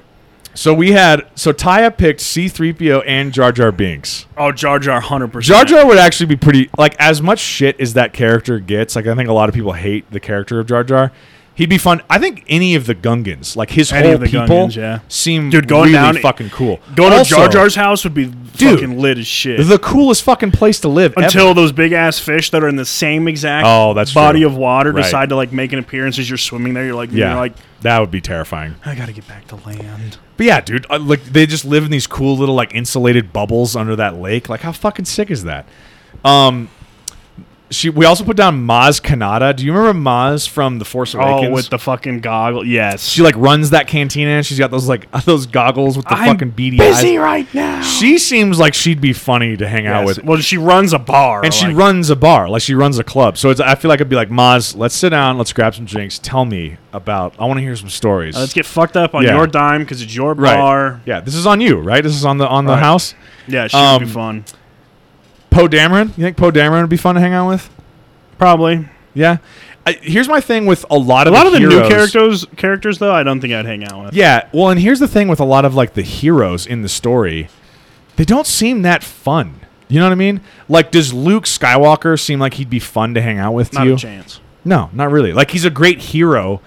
S1: So we had so Taya picked C3PO and Jar Jar Binks.
S2: Oh, Jar Jar, hundred percent.
S1: Jar Jar would actually be pretty like as much shit as that character gets. Like I think a lot of people hate the character of Jar Jar. He'd be fun. I think any of the Gungans, like his
S2: Any
S1: whole
S2: of the
S1: people,
S2: Gungans, yeah.
S1: seem
S2: Dude, going
S1: really
S2: down-
S1: fucking cool.
S2: Going
S1: Also,
S2: to Jar Jar's house would be fucking lit as shit.
S1: the coolest fucking place to live ever.
S2: Until those big ass fish that are in the same exact
S1: Oh, that's
S2: body
S1: true.
S2: of water
S1: Right.
S2: decide to like make an appearance as you're swimming there. You're like,
S1: yeah,
S2: you're like,
S1: that would be terrifying.
S2: I gotta get back to land.
S1: But yeah, dude, uh, like they just live in these cool little like insulated bubbles under that lake. Like how fucking sick is that? Um she we also put down Maz Kanata. Do you remember Maz from The Force Awakens?
S2: Oh, with the fucking goggle. Yes,
S1: she like runs that cantina and she's got those like those goggles with the
S2: I'm
S1: fucking beady
S2: busy
S1: eyes.
S2: right now.
S1: She seems like she'd be funny to hang out
S2: Yes. Oh,
S1: with.
S2: well, she runs a bar
S1: And she
S2: like-
S1: runs a bar, like she runs a club. So it's, I feel like I'd be like, Maz, let's sit down, let's grab some drinks. Tell me about. I want to hear some stories.
S2: Uh, let's get fucked up on
S1: Yeah.
S2: your dime because it's your
S1: right.
S2: bar.
S1: Yeah, this is on you, right? This is on the on the
S2: Right.
S1: house.
S2: Yeah, she would
S1: Um,
S2: be fun.
S1: Poe Dameron. You think Poe Dameron would be fun to hang out with?
S2: Probably.
S1: Yeah. I, here's my thing with a lot of
S2: A lot of the new
S1: heroes-
S2: characters, characters though, I don't think I'd hang out with.
S1: Yeah. Well, and here's the thing with a lot of like the heroes in the story, they don't seem that fun. You know what I mean? Like, does Luke Skywalker seem like he'd be fun to hang out with? to
S2: Not
S1: you?
S2: a chance.
S1: No, not really. Like, he's a great hero.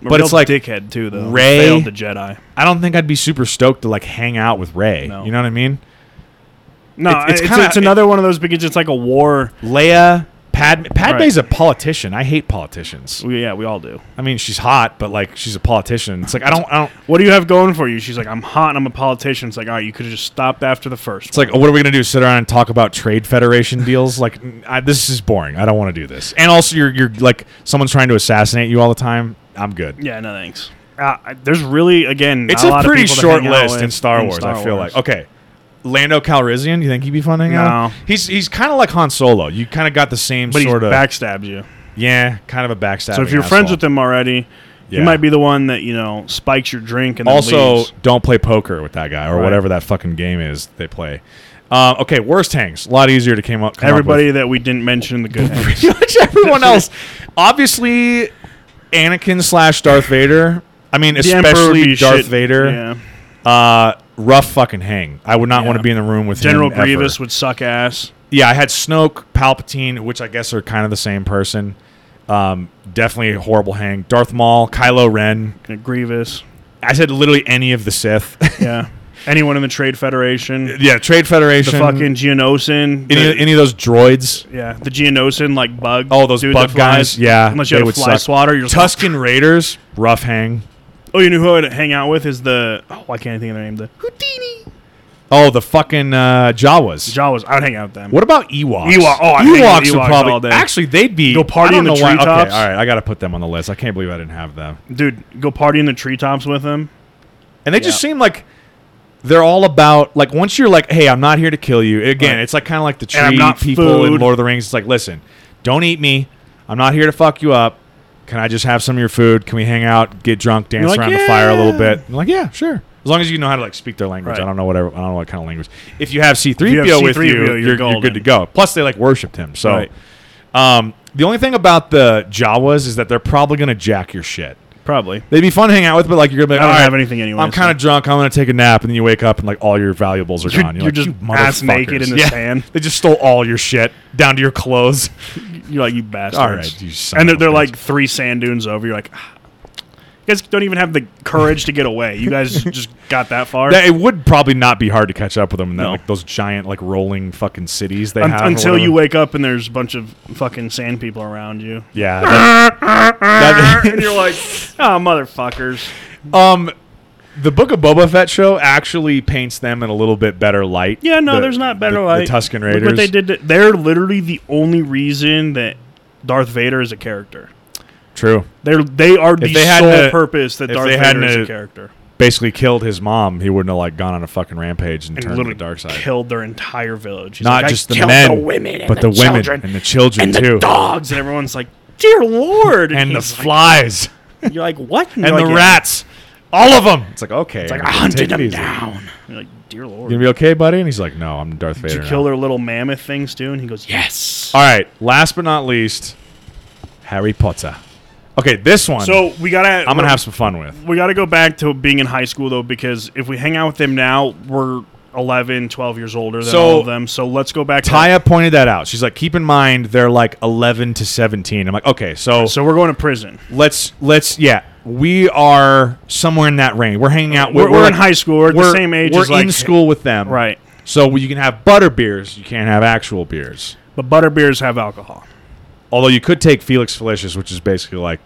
S2: A
S1: But
S2: real
S1: it's like
S2: dickhead too, though.
S1: Rey-
S2: failed the Jedi.
S1: I don't think I'd be super stoked to like hang out with Ray.
S2: No.
S1: You know what I mean?
S2: No,
S1: It's-
S2: it's,
S1: it's
S2: it's,
S1: kinda-
S2: another one of those because it's like a war.
S1: Leia, Padme. Padme's a politician. I hate politicians.
S2: We- yeah, we all do.
S1: I mean, she's hot, but like she's a politician. It's like I don't. I don't.
S2: What do you have going for you? She's like, I'm hot and I'm a politician. It's like, all right, you could have just stopped after the first.
S1: It's like, what are we gonna do? Sit around and talk about trade federation deals? Like, n- I, this is boring. I don't want to do this. And also, you're you're like someone's trying to assassinate you all the time. I'm good.
S2: Yeah, no thanks. Uh, I- there's really again, not
S1: It's
S2: a,
S1: a,
S2: lot of
S1: pretty
S2: people to
S1: short
S2: hang out
S1: list
S2: with
S1: in Star Wars. I feel
S2: Wars.
S1: like okay. Lando Calrissian, you think he'd be fun to hang out?
S2: No.
S1: with? He's he's kind of like Han Solo. You kind of got the same
S2: but he
S1: sort of
S2: backstabs you.
S1: yeah, kind of a backstab.
S2: So if you're friends with him already,
S1: Yeah.
S2: you might be the one that you know spikes your drink and then
S1: also
S2: leaves.
S1: don't play poker with that guy or
S2: Right.
S1: whatever that fucking game is they play. Uh, okay, worst hangs. A lot easier to came up. Come
S2: everybody that we didn't mention in the good.
S1: up with.
S2: hangs.
S1: pretty much everyone else. Obviously, Anakin slash Darth Vader. I mean,
S2: The Emperor would
S1: especially
S2: be
S1: Darth
S2: shit.
S1: Vader.
S2: Yeah.
S1: Uh, rough fucking hang. I would not
S2: Yeah.
S1: want to be in the room with him
S2: General
S1: ever.
S2: Grievous would suck ass.
S1: Yeah, I had Snoke, Palpatine, which I guess are kind of the same person. Um, definitely a horrible hang. Darth Maul, Kylo Ren.
S2: Yeah, Grievous.
S1: I said literally any of the Sith.
S2: Yeah. Anyone in the Trade Federation. The
S1: yeah, Trade Federation.
S2: fucking Geonosin.
S1: any,
S2: the-
S1: any of those droids.
S2: yeah, the Geonosin like bug.
S1: Oh, those
S2: dude
S1: bug
S2: that flies.
S1: guys. Yeah,
S2: unless you
S1: they
S2: had a
S1: would
S2: fly
S1: suck.
S2: swatter, you're just like,
S1: Tuscan Raiders, rough hang.
S2: Oh, you know who I'd hang out with is the oh, I can't I think of their name. The Houdini.
S1: Oh, the fucking uh, Jawas.
S2: Jawas. I would hang out with them.
S1: what about Ewoks?
S2: Ewa- oh, I'd hang
S1: Ewoks
S2: with
S1: would
S2: Ewoks
S1: probably
S2: all day.
S1: actually they'd be
S2: Go party
S1: I don't
S2: in the
S1: know why-
S2: treetops.
S1: Okay, all right, I got to put them on the list. I can't believe I didn't have them.
S2: Dude, go party in the treetops with them.
S1: And they just seem like they're all about like once you're like, hey, I'm not here to kill you. Again,
S2: Right.
S1: it's like kind of like the
S2: And I'm
S1: tree
S2: not
S1: people in
S2: food.
S1: Lord of the Rings. It's like, listen, don't eat me. I'm not here to fuck you up. Can I just have some of your food? Can we hang out, get drunk, dance
S2: like,
S1: around the fire a little
S2: "Yeah."
S1: bit? I'm like, yeah, sure. As long as you know how to like speak their language.
S2: Right.
S1: I don't know whatever. I don't know what kind of language. If you have C3PO
S2: If you have
S1: with
S2: C3PO,
S1: you,
S2: you're
S1: you're, you're,
S2: golden.
S1: good to go. Plus, they like worshipped him. So,
S2: Right.
S1: um, the only thing about the Jawas is that they're probably gonna jack your shit.
S2: Probably.
S1: They'd be fun to hang out with, but like you're gonna be like,
S2: I don't
S1: "All right,
S2: have anything anyway.
S1: I'm kind of drunk. I'm gonna take a nap, and then you wake up and like all your valuables are
S2: You're-
S1: gone. You're,
S2: you're
S1: like,
S2: just
S1: "You
S2: ass naked
S1: motherfuckers."
S2: in the
S1: Yeah.
S2: sand.
S1: They just stole all your shit down to your clothes.
S2: You're like you bastards.
S1: All right, you son
S2: and they're,
S1: of a
S2: they're
S1: bitch.
S2: like three sand dunes over. You're like, "Ah, you guys don't even have the courage to get away. You guys just got that far.
S1: That- it would probably not be hard to catch up with them in that,
S2: No.
S1: like those giant like rolling fucking cities they
S2: Un-
S1: have or
S2: until you
S1: whatever.
S2: wake up and there's a bunch of fucking sand people around you.
S1: Yeah. that- that-
S2: and you're like, oh, motherfuckers.
S1: um, the Book of Boba Fett show actually paints them in a little bit better light.
S2: Yeah, no,
S1: The-
S2: there's not
S1: the-
S2: better light.
S1: The Tuscan
S2: Look
S1: Raiders.
S2: what they did. To, they're literally the only reason that Darth Vader is a character.
S1: True.
S2: They're they are the
S1: they hadn't
S2: sole
S1: a-
S2: purpose that
S1: if
S2: Darth
S1: they
S2: Vader
S1: hadn't
S2: is
S1: a-
S2: a character.
S1: Basically killed his mom. He wouldn't have like gone on a fucking rampage and,
S2: And
S1: turned to the
S2: literally
S1: dark side.
S2: killed their entire village. He's
S1: not
S2: like, "I
S1: just the
S2: killed
S1: men,
S2: women, and
S1: but the, women
S2: children,
S1: and the children
S2: and
S1: too,
S2: the dogs, and everyone's like, "Dear Lord!"
S1: and the
S2: he's like-
S1: flies
S2: you're like, "What?"
S1: and
S2: you're
S1: the
S2: like, "Yeah."
S1: rats, all of them. It's like okay,
S2: It's like,
S1: man,
S2: "I hunted
S1: take it
S2: them
S1: easy.
S2: down." You're like, "Dear Lord!"
S1: You gonna be okay, buddy? And he's like, no, I'm Darth
S2: Did
S1: Vader.
S2: you
S1: now."
S2: kill their little mammoth things too? And he goes, "Yes."
S1: all right, last but not least, Harry Potter. Okay, this one
S2: So um, we gotta.
S1: I'm gonna have some fun with.
S2: we got to go back to being in high school though because if we hang out with them now we're 11 12 years older than
S1: So-
S2: all of them so let's go back to
S1: Taya pointed that out. She's like, keep in mind they're like 11 to 17. I'm like, okay, so
S2: so we're going to prison
S1: let's let's yeah, we are somewhere in that range. We're hanging out.
S2: we're, we're, in
S1: like-
S2: high school we're, at the same age
S1: We're
S2: as like
S1: in school with them,
S2: right
S1: So you can have butter beers, you can't have actual beers.
S2: but butter beers have alcohol
S1: Although you could take Felix Felicius, which is basically like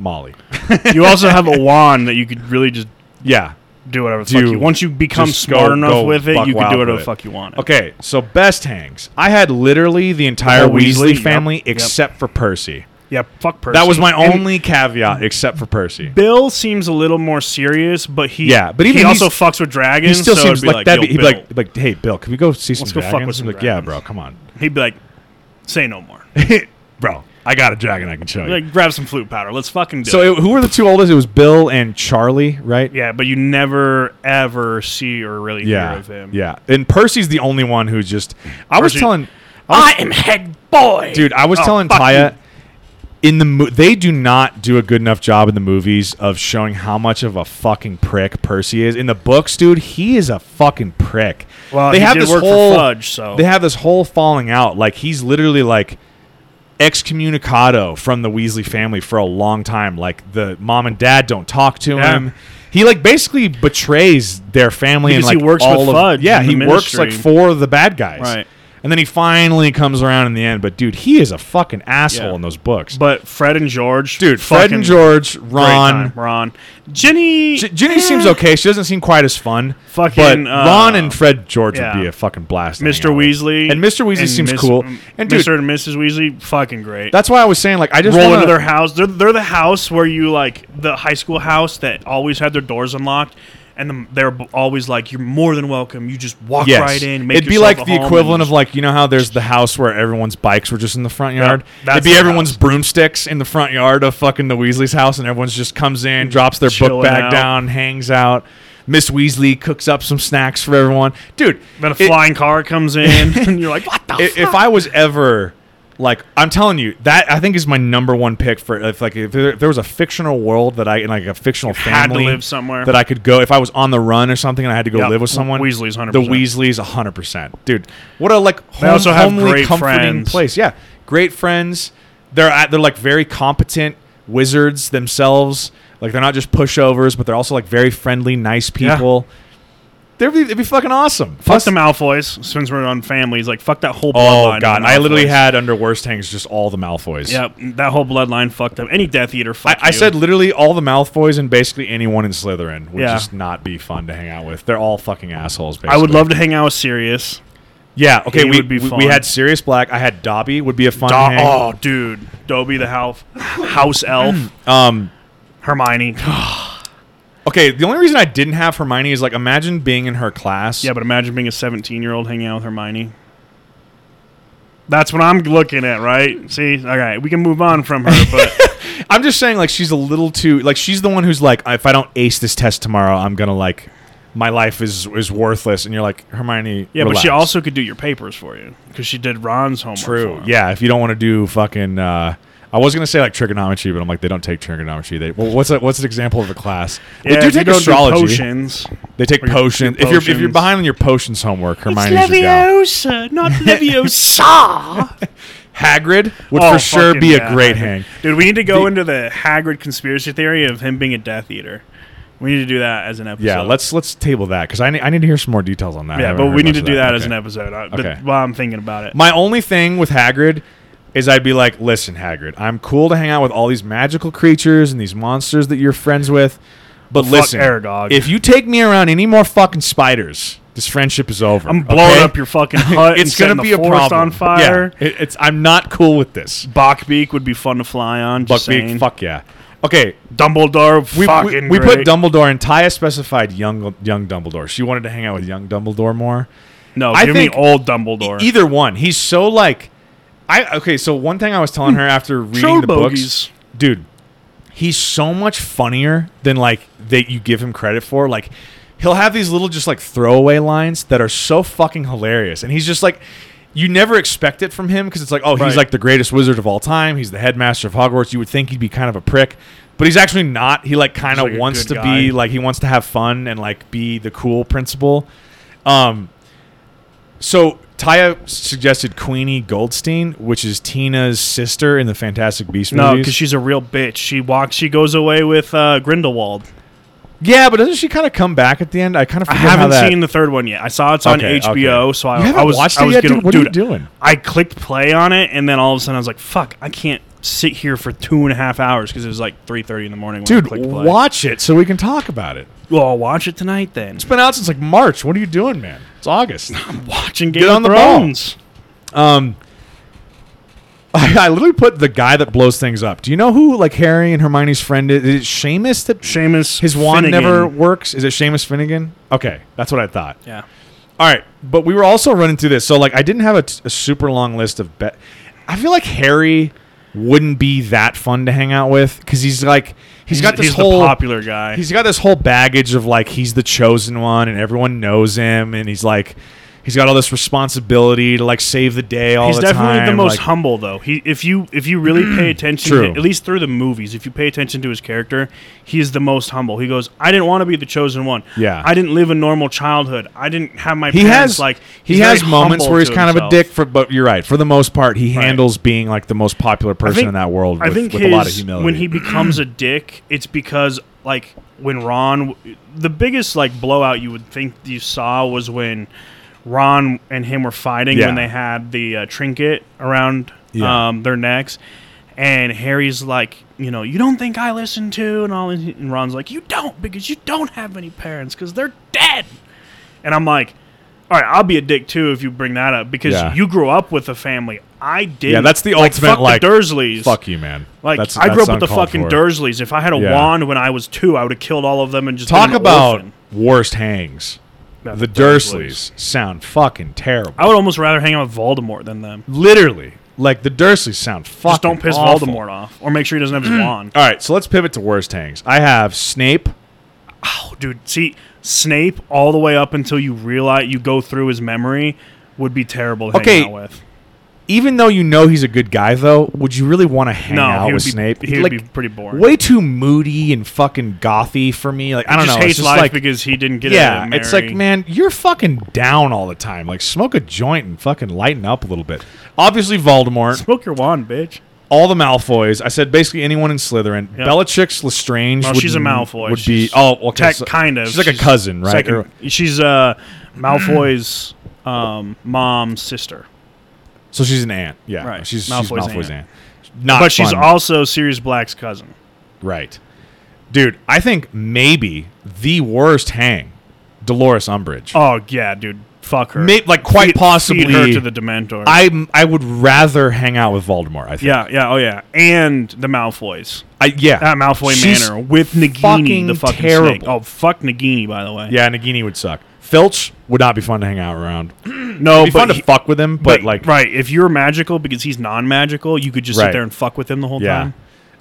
S1: Molly.
S2: you also have a wand that you could really just
S1: Yeah.
S2: do whatever the
S1: Do-
S2: fuck you once you become
S1: just
S2: smart
S1: go-
S2: enough
S1: go
S2: with it
S1: buck
S2: you can
S1: wild
S2: do whatever
S1: with
S2: the
S1: it.
S2: fuck you want
S1: Okay, so best hangs. I had literally the entire
S2: whole Weasley,
S1: Weasley,
S2: yep,
S1: family
S2: yep.
S1: except for Percy.
S2: yeah fuck person
S1: That was my
S2: And
S1: only caveat, except for Percy.
S2: Bill seems a little more serious, but he
S1: Yeah, but even
S2: he also
S1: he's-
S2: fucks with dragons.
S1: He still
S2: so
S1: seems
S2: it'd be
S1: like,
S2: like
S1: that'd
S2: "Yo,
S1: be, he'd be
S2: Bill."
S1: like, like, hey Bill, can we go see some
S2: Let's go fuck
S1: dragons?
S2: with some
S1: I'm like, yeah,
S2: dragons."
S1: bro, come on,
S2: he'd be like, say no more.
S1: bro, I got a dragon I can show you.
S2: like grab some flute powder. Let's fucking do
S1: so
S2: it.
S1: it- who were the two oldest? It was Bill and Charlie, right?
S2: Yeah, but you never ever see or really
S1: yeah,
S2: hear of him.
S1: yeah. And Percy's the only one who just. I was
S2: Percy-
S1: telling
S2: I am head boy,
S1: Oh. dude i was
S2: Oh,
S1: telling
S2: fuck
S1: taya in the mo- they do not do a good enough job in the movies of showing how much of a fucking prick percy is in the books dude he is a fucking prick
S2: Well,
S1: they
S2: he
S1: have
S2: did
S1: this
S2: work for
S1: whole
S2: Fudge, so-
S1: they have this whole falling out like he's literally like excommunicado from the weasley family for a long time like the mom and dad don't talk to
S2: Yeah.
S1: him he like basically betrays their family
S2: Because
S1: and like
S2: he works with
S1: all of-
S2: Fudge
S1: yeah
S2: in the
S1: he works like
S2: ministry.
S1: for the bad guys
S2: Right.
S1: And then he finally comes around in the end. But dude, he is a fucking asshole
S2: Yeah.
S1: in those books.
S2: But Fred and George,
S1: dude, Fred
S2: fucking
S1: and George,
S2: great
S1: Ron.
S2: time. Ron, Ginny,
S1: J- Ginny
S2: eh,
S1: seems okay. She doesn't seem quite as fun.
S2: Fucking,
S1: but Ron
S2: uh,
S1: and Fred George would
S2: yeah.
S1: be a fucking blast. to hang
S2: Mr.
S1: out with.
S2: Weasley,
S1: and Mr. Weasley seems
S2: Miss-
S1: cool. And dude,
S2: Mr. and Mrs. Weasley, fucking great.
S1: that's why I was saying like I just
S2: roll
S1: wanna-
S2: into their house. They're, they're the house where you like the high school house that always had their doors unlocked, and the, they're b- always like, "You're more than welcome. You just walk
S1: Yes.
S2: right in." Make
S1: It'd be
S2: yourself
S1: like
S2: at
S1: the
S2: home," and
S1: equivalent of
S2: just-
S1: like you know how there's the house where everyone's bikes were just in the front yard.
S2: that's
S1: It'd be
S2: the
S1: everyone's
S2: house.
S1: broomsticks in the front yard of fucking the Weasley's house, and everyone's just comes in, drops their book
S2: Chilling
S1: bag
S2: out.
S1: down, hangs out. Miss Weasley cooks up some snacks for everyone, dude.
S2: then a
S1: it-
S2: flying car comes in, and you're like, "What the?"
S1: i-
S2: fuck?
S1: if I was ever like I'm telling you that I think is my number one pick for if like if there, if there was a fictional world that I in like a fictional
S2: had to
S1: family
S2: live somewhere.
S1: that I could go if I was on the run or something and I had to go
S2: Yep.
S1: live with someone
S2: Weasley's 100%.
S1: the Weasleys 100 percent dude what a like home,
S2: also have
S1: homely
S2: great
S1: comforting
S2: friends.
S1: place yeah great friends they're at, they're like very competent wizards themselves like they're not just pushovers but they're also like very friendly nice
S2: Yeah.
S1: people they'd be, it'd be fucking awesome
S2: Fuck the Malfoys. Since we're on families, like fuck that whole
S1: Oh
S2: bloodline. of
S1: god,
S2: the
S1: I literally
S2: Malfoys.
S1: had under worst hangs just all the Malfoys.
S2: Yep, that whole bloodline fucked up. Any Death Eater,
S1: I,
S2: fuck
S1: I
S2: you.
S1: said literally all the Malfoys and basically anyone in Slytherin would
S2: Yeah.
S1: just not be fun to hang out with. They're all fucking assholes. Basically,
S2: I would love to hang out with Sirius.
S1: Yeah. Okay.
S2: he
S1: We,
S2: would be
S1: we we
S2: fun.
S1: had Sirius Black. I had Dobby. Would be a fun.
S2: Do-
S1: hang.
S2: oh, dude, Dobby the house house elf,
S1: Um.
S2: Hermione.
S1: Okay. The only reason I didn't have Hermione is like imagine being in her class.
S2: Yeah, but imagine being a 17 year old hanging out with Hermione. That's what I'm looking at, right? See, all right, we can move on from her, but
S1: I'm just saying like she's a little too like she's the one who's like if I don't ace this test tomorrow I'm gonna like my life is is worthless and you're like Hermione.
S2: yeah, but she
S1: relax.
S2: also could do your papers for you because she did Ron's homework.
S1: True.
S2: for him.
S1: Yeah, if you don't want to do fucking, uh, I was gonna say like trigonometry, but I'm like they don't take trigonometry. They well, what's a, what's an example of a class? They
S2: Yeah,
S1: do
S2: if you
S1: take
S2: don't do
S1: astrology.
S2: potions.
S1: They take
S2: Or your-
S1: potions.
S2: your
S1: If you're if you're
S2: potions.
S1: behind on your potions homework, Hermione's your gal.
S2: not Leviosa.
S1: Hagrid would
S2: Oh,
S1: for sure
S2: fucking
S1: be a
S2: yeah,
S1: great
S2: Hagrid.
S1: hang.
S2: Dude, we need to go
S1: The-
S2: into the Hagrid conspiracy theory of him being a Death Eater. We need to do that as an episode.
S1: Yeah, let's let's table that because I need I need to hear some more details on that. I
S2: Yeah,
S1: haven't
S2: but
S1: heard
S2: we need
S1: much
S2: to
S1: of
S2: do that, as
S1: Okay.
S2: an episode. I, but
S1: Okay.
S2: While I'm thinking about it,
S1: My only thing with Hagrid is I'd be like, listen, Hagrid, I'm cool to hang out with all these magical creatures and these monsters that you're friends with, but listen,
S2: Aragog.
S1: if you take me around any more fucking spiders, this friendship is over.
S2: I'm blowing
S1: okay?
S2: up your fucking hut.
S1: It's
S2: it's going
S1: gonna
S2: to
S1: be
S2: be
S1: a
S2: the forest
S1: problem.
S2: on fire.
S1: Yeah, it- it's I'm not cool with this.
S2: Bachbeak would be fun to fly on. Just
S1: Buckbeak,
S2: saying.
S1: fuck yeah. Okay,
S2: Dumbledore.
S1: we, we,
S2: fucking
S1: we put
S2: great.
S1: Dumbledore and Taya specified young young Dumbledore. She wanted to hang out with young Dumbledore more.
S2: No,
S1: I
S2: give
S1: think-
S2: me old Dumbledore.
S1: E-, Either one. He's so like I okay, so one thing I was
S2: Hmm.
S1: telling her after reading
S2: Troll
S1: the books,
S2: bogeys.
S1: dude, he's so much funnier than like that you give him credit for. Like he'll have these little just like throwaway lines that are so fucking hilarious and he's just like you never expect it from him because it's like, oh, he's
S2: Right.
S1: like the greatest wizard of all time. He's the headmaster of Hogwarts. You would think he'd be kind of a prick, but he's actually not. He like kind
S2: He's,
S1: of
S2: like, a
S1: wants to
S2: good guy.
S1: be like he wants to have fun and like be the cool principal. Um, so Taya suggested Queenie Goldstein, which is Tina's sister in the Fantastic Beast
S2: no,
S1: movies.
S2: because she's a real bitch. She walks. She goes away with uh, Grindelwald.
S1: yeah, but doesn't she kind of come back at the end? I kind of
S2: I haven't seen the third one yet. I saw it's on
S1: Okay,
S2: HBO,
S1: okay.
S2: so I,
S1: You haven't
S2: I was
S1: watched
S2: I
S1: it
S2: was
S1: yet,
S2: gonna,
S1: dude? What are you doing?
S2: I clicked play on it, and then all of a sudden I was like, "Fuck! I can't sit here for two and a half hours because it was like three thirty in the morning." When I
S1: Dude,
S2: clicked play.
S1: watch it so we can talk about it.
S2: Well, I'll watch it tonight then.
S1: It's been out since like March. What are you doing, man? It's August.
S2: Watching Game
S1: on
S2: of
S1: the ball.
S2: Thrones.
S1: Um, I, I literally put the guy that blows things up. Do you know who like Harry and Hermione's friend is? Is it Seamus that
S2: Seamus.
S1: his wand
S2: Finnegan.
S1: never works? Is it Seamus Finnegan? Okay, that's what I thought.
S2: Yeah.
S1: All right, but we were also running through this, so like I didn't have a, t- a super long list of bet. I feel like Harry wouldn't be that fun to hang out with because he's like he's got this
S2: he's
S1: whole
S2: the popular guy.
S1: he's got this whole baggage of like he's the chosen one and everyone knows him and he's like he's got all this responsibility to like save the day all
S2: He's
S1: the
S2: definitely the
S1: time,
S2: most
S1: like-
S2: humble, though. He, if you if you really pay attention,
S1: True.
S2: to- at least through the movies, if you pay attention to his character, he is the most humble. He goes, "I didn't want to be the chosen one.
S1: Yeah.
S2: I didn't live a normal childhood. I didn't have my
S1: he
S2: parents
S1: has
S2: like."
S1: like
S2: he's
S1: he has
S2: very
S1: moments
S2: humble
S1: where he's
S2: to
S1: kind
S2: himself.
S1: of a dick for but you're right for the most part he handles being like the most popular person in that world with, with a lot of
S2: his-
S1: humility
S2: When he becomes a dick, it's because like when Ron, the biggest like blowout you would think you saw was when Ron and him were fighting
S1: Yeah.
S2: when they had the uh, trinket around
S1: Yeah.
S2: um, their necks, and Harry's like, you know, you don't think I listen to, and all, and Ron's like, you don't because you don't have any parents because they're dead, and I'm like. All right, I'll be a dick too if you bring that up because
S1: Yeah.
S2: you grew up with a family. I did.
S1: that's the ultimate,
S2: fuck
S1: like,
S2: the Dursleys.
S1: Fuck you, man.
S2: Like
S1: That's-
S2: I grew
S1: that's
S2: up with the
S1: uncalled
S2: fucking
S1: for.
S2: Dursleys. If I had a
S1: Yeah.
S2: wand when I was two, I would have killed all of them and just
S1: Talk
S2: been an
S1: about
S2: orphan.
S1: worst hangs.
S2: Not
S1: The
S2: the Dursleys.
S1: Dursleys sound fucking terrible.
S2: I would almost rather hang out with Voldemort than them.
S1: Literally, like the Dursleys sound fucking.
S2: Just don't piss
S1: awful. Mm.
S2: Voldemort off, or make sure he doesn't have his wand.
S1: All right, so let's pivot to worst hangs. I have Snape.
S2: Oh, dude, see Snape all the way up until you realize you go through his memory would be terrible to
S1: Okay,
S2: hang out with.
S1: Even though you know he's a good guy, though, would you really want to hang
S2: No,
S1: out
S2: he would
S1: with
S2: be-
S1: Snape?
S2: he would
S1: like,
S2: be pretty boring.
S1: Way too moody and fucking gothy for me. Like I don't
S2: just
S1: know.
S2: hates
S1: it's just
S2: life
S1: like
S2: because he didn't get
S1: yeah,
S2: to
S1: it's like
S2: marry-
S1: man, you're fucking down all the time. Like smoke a joint and fucking lighten up a little bit. Obviously, Voldemort.
S2: smoke your wand, bitch.
S1: all the Malfoys. I said basically anyone in Slytherin.
S2: Yeah.
S1: Bellatrix Lestrange.
S2: Well,
S1: would,
S2: Oh, she's a Malfoy.
S1: Would
S2: She's
S1: be oh, well, okay,
S2: Tech,
S1: so-
S2: kind of.
S1: She's like a cousin, right?
S2: second-
S1: Or-
S2: she's uh, Malfoy's um, mom's sister.
S1: so she's an aunt. Yeah,
S2: Right.
S1: She's she's Malfoy's,
S2: Malfoy's
S1: aunt.
S2: aunt.
S1: Not,
S2: but she's
S1: Ah, fun.
S2: also Sirius Black's cousin.
S1: right, dude. I think maybe the worst hang, Dolores Umbridge.
S2: Oh yeah, dude, fuck her.
S1: May- like quite
S2: Feed-
S1: possibly.
S2: feed her to the Dementor.
S1: I I would rather hang out with Voldemort. I think.
S2: yeah, yeah, oh yeah, and the Malfoys
S1: I, yeah.
S2: at Malfoy
S1: She's
S2: Manor with Nagini,
S1: fucking
S2: the fucking
S1: terrible.
S2: snake. Oh fuck Nagini, by the way.
S1: Yeah, Nagini would suck. Filch would not be fun to hang out around.
S2: no,
S1: It'd be
S2: but
S1: fun to
S2: he-
S1: fuck with him, but, like
S2: right, if you're magical because he's non-magical, you could just
S1: Right.
S2: sit there and fuck with him the whole time.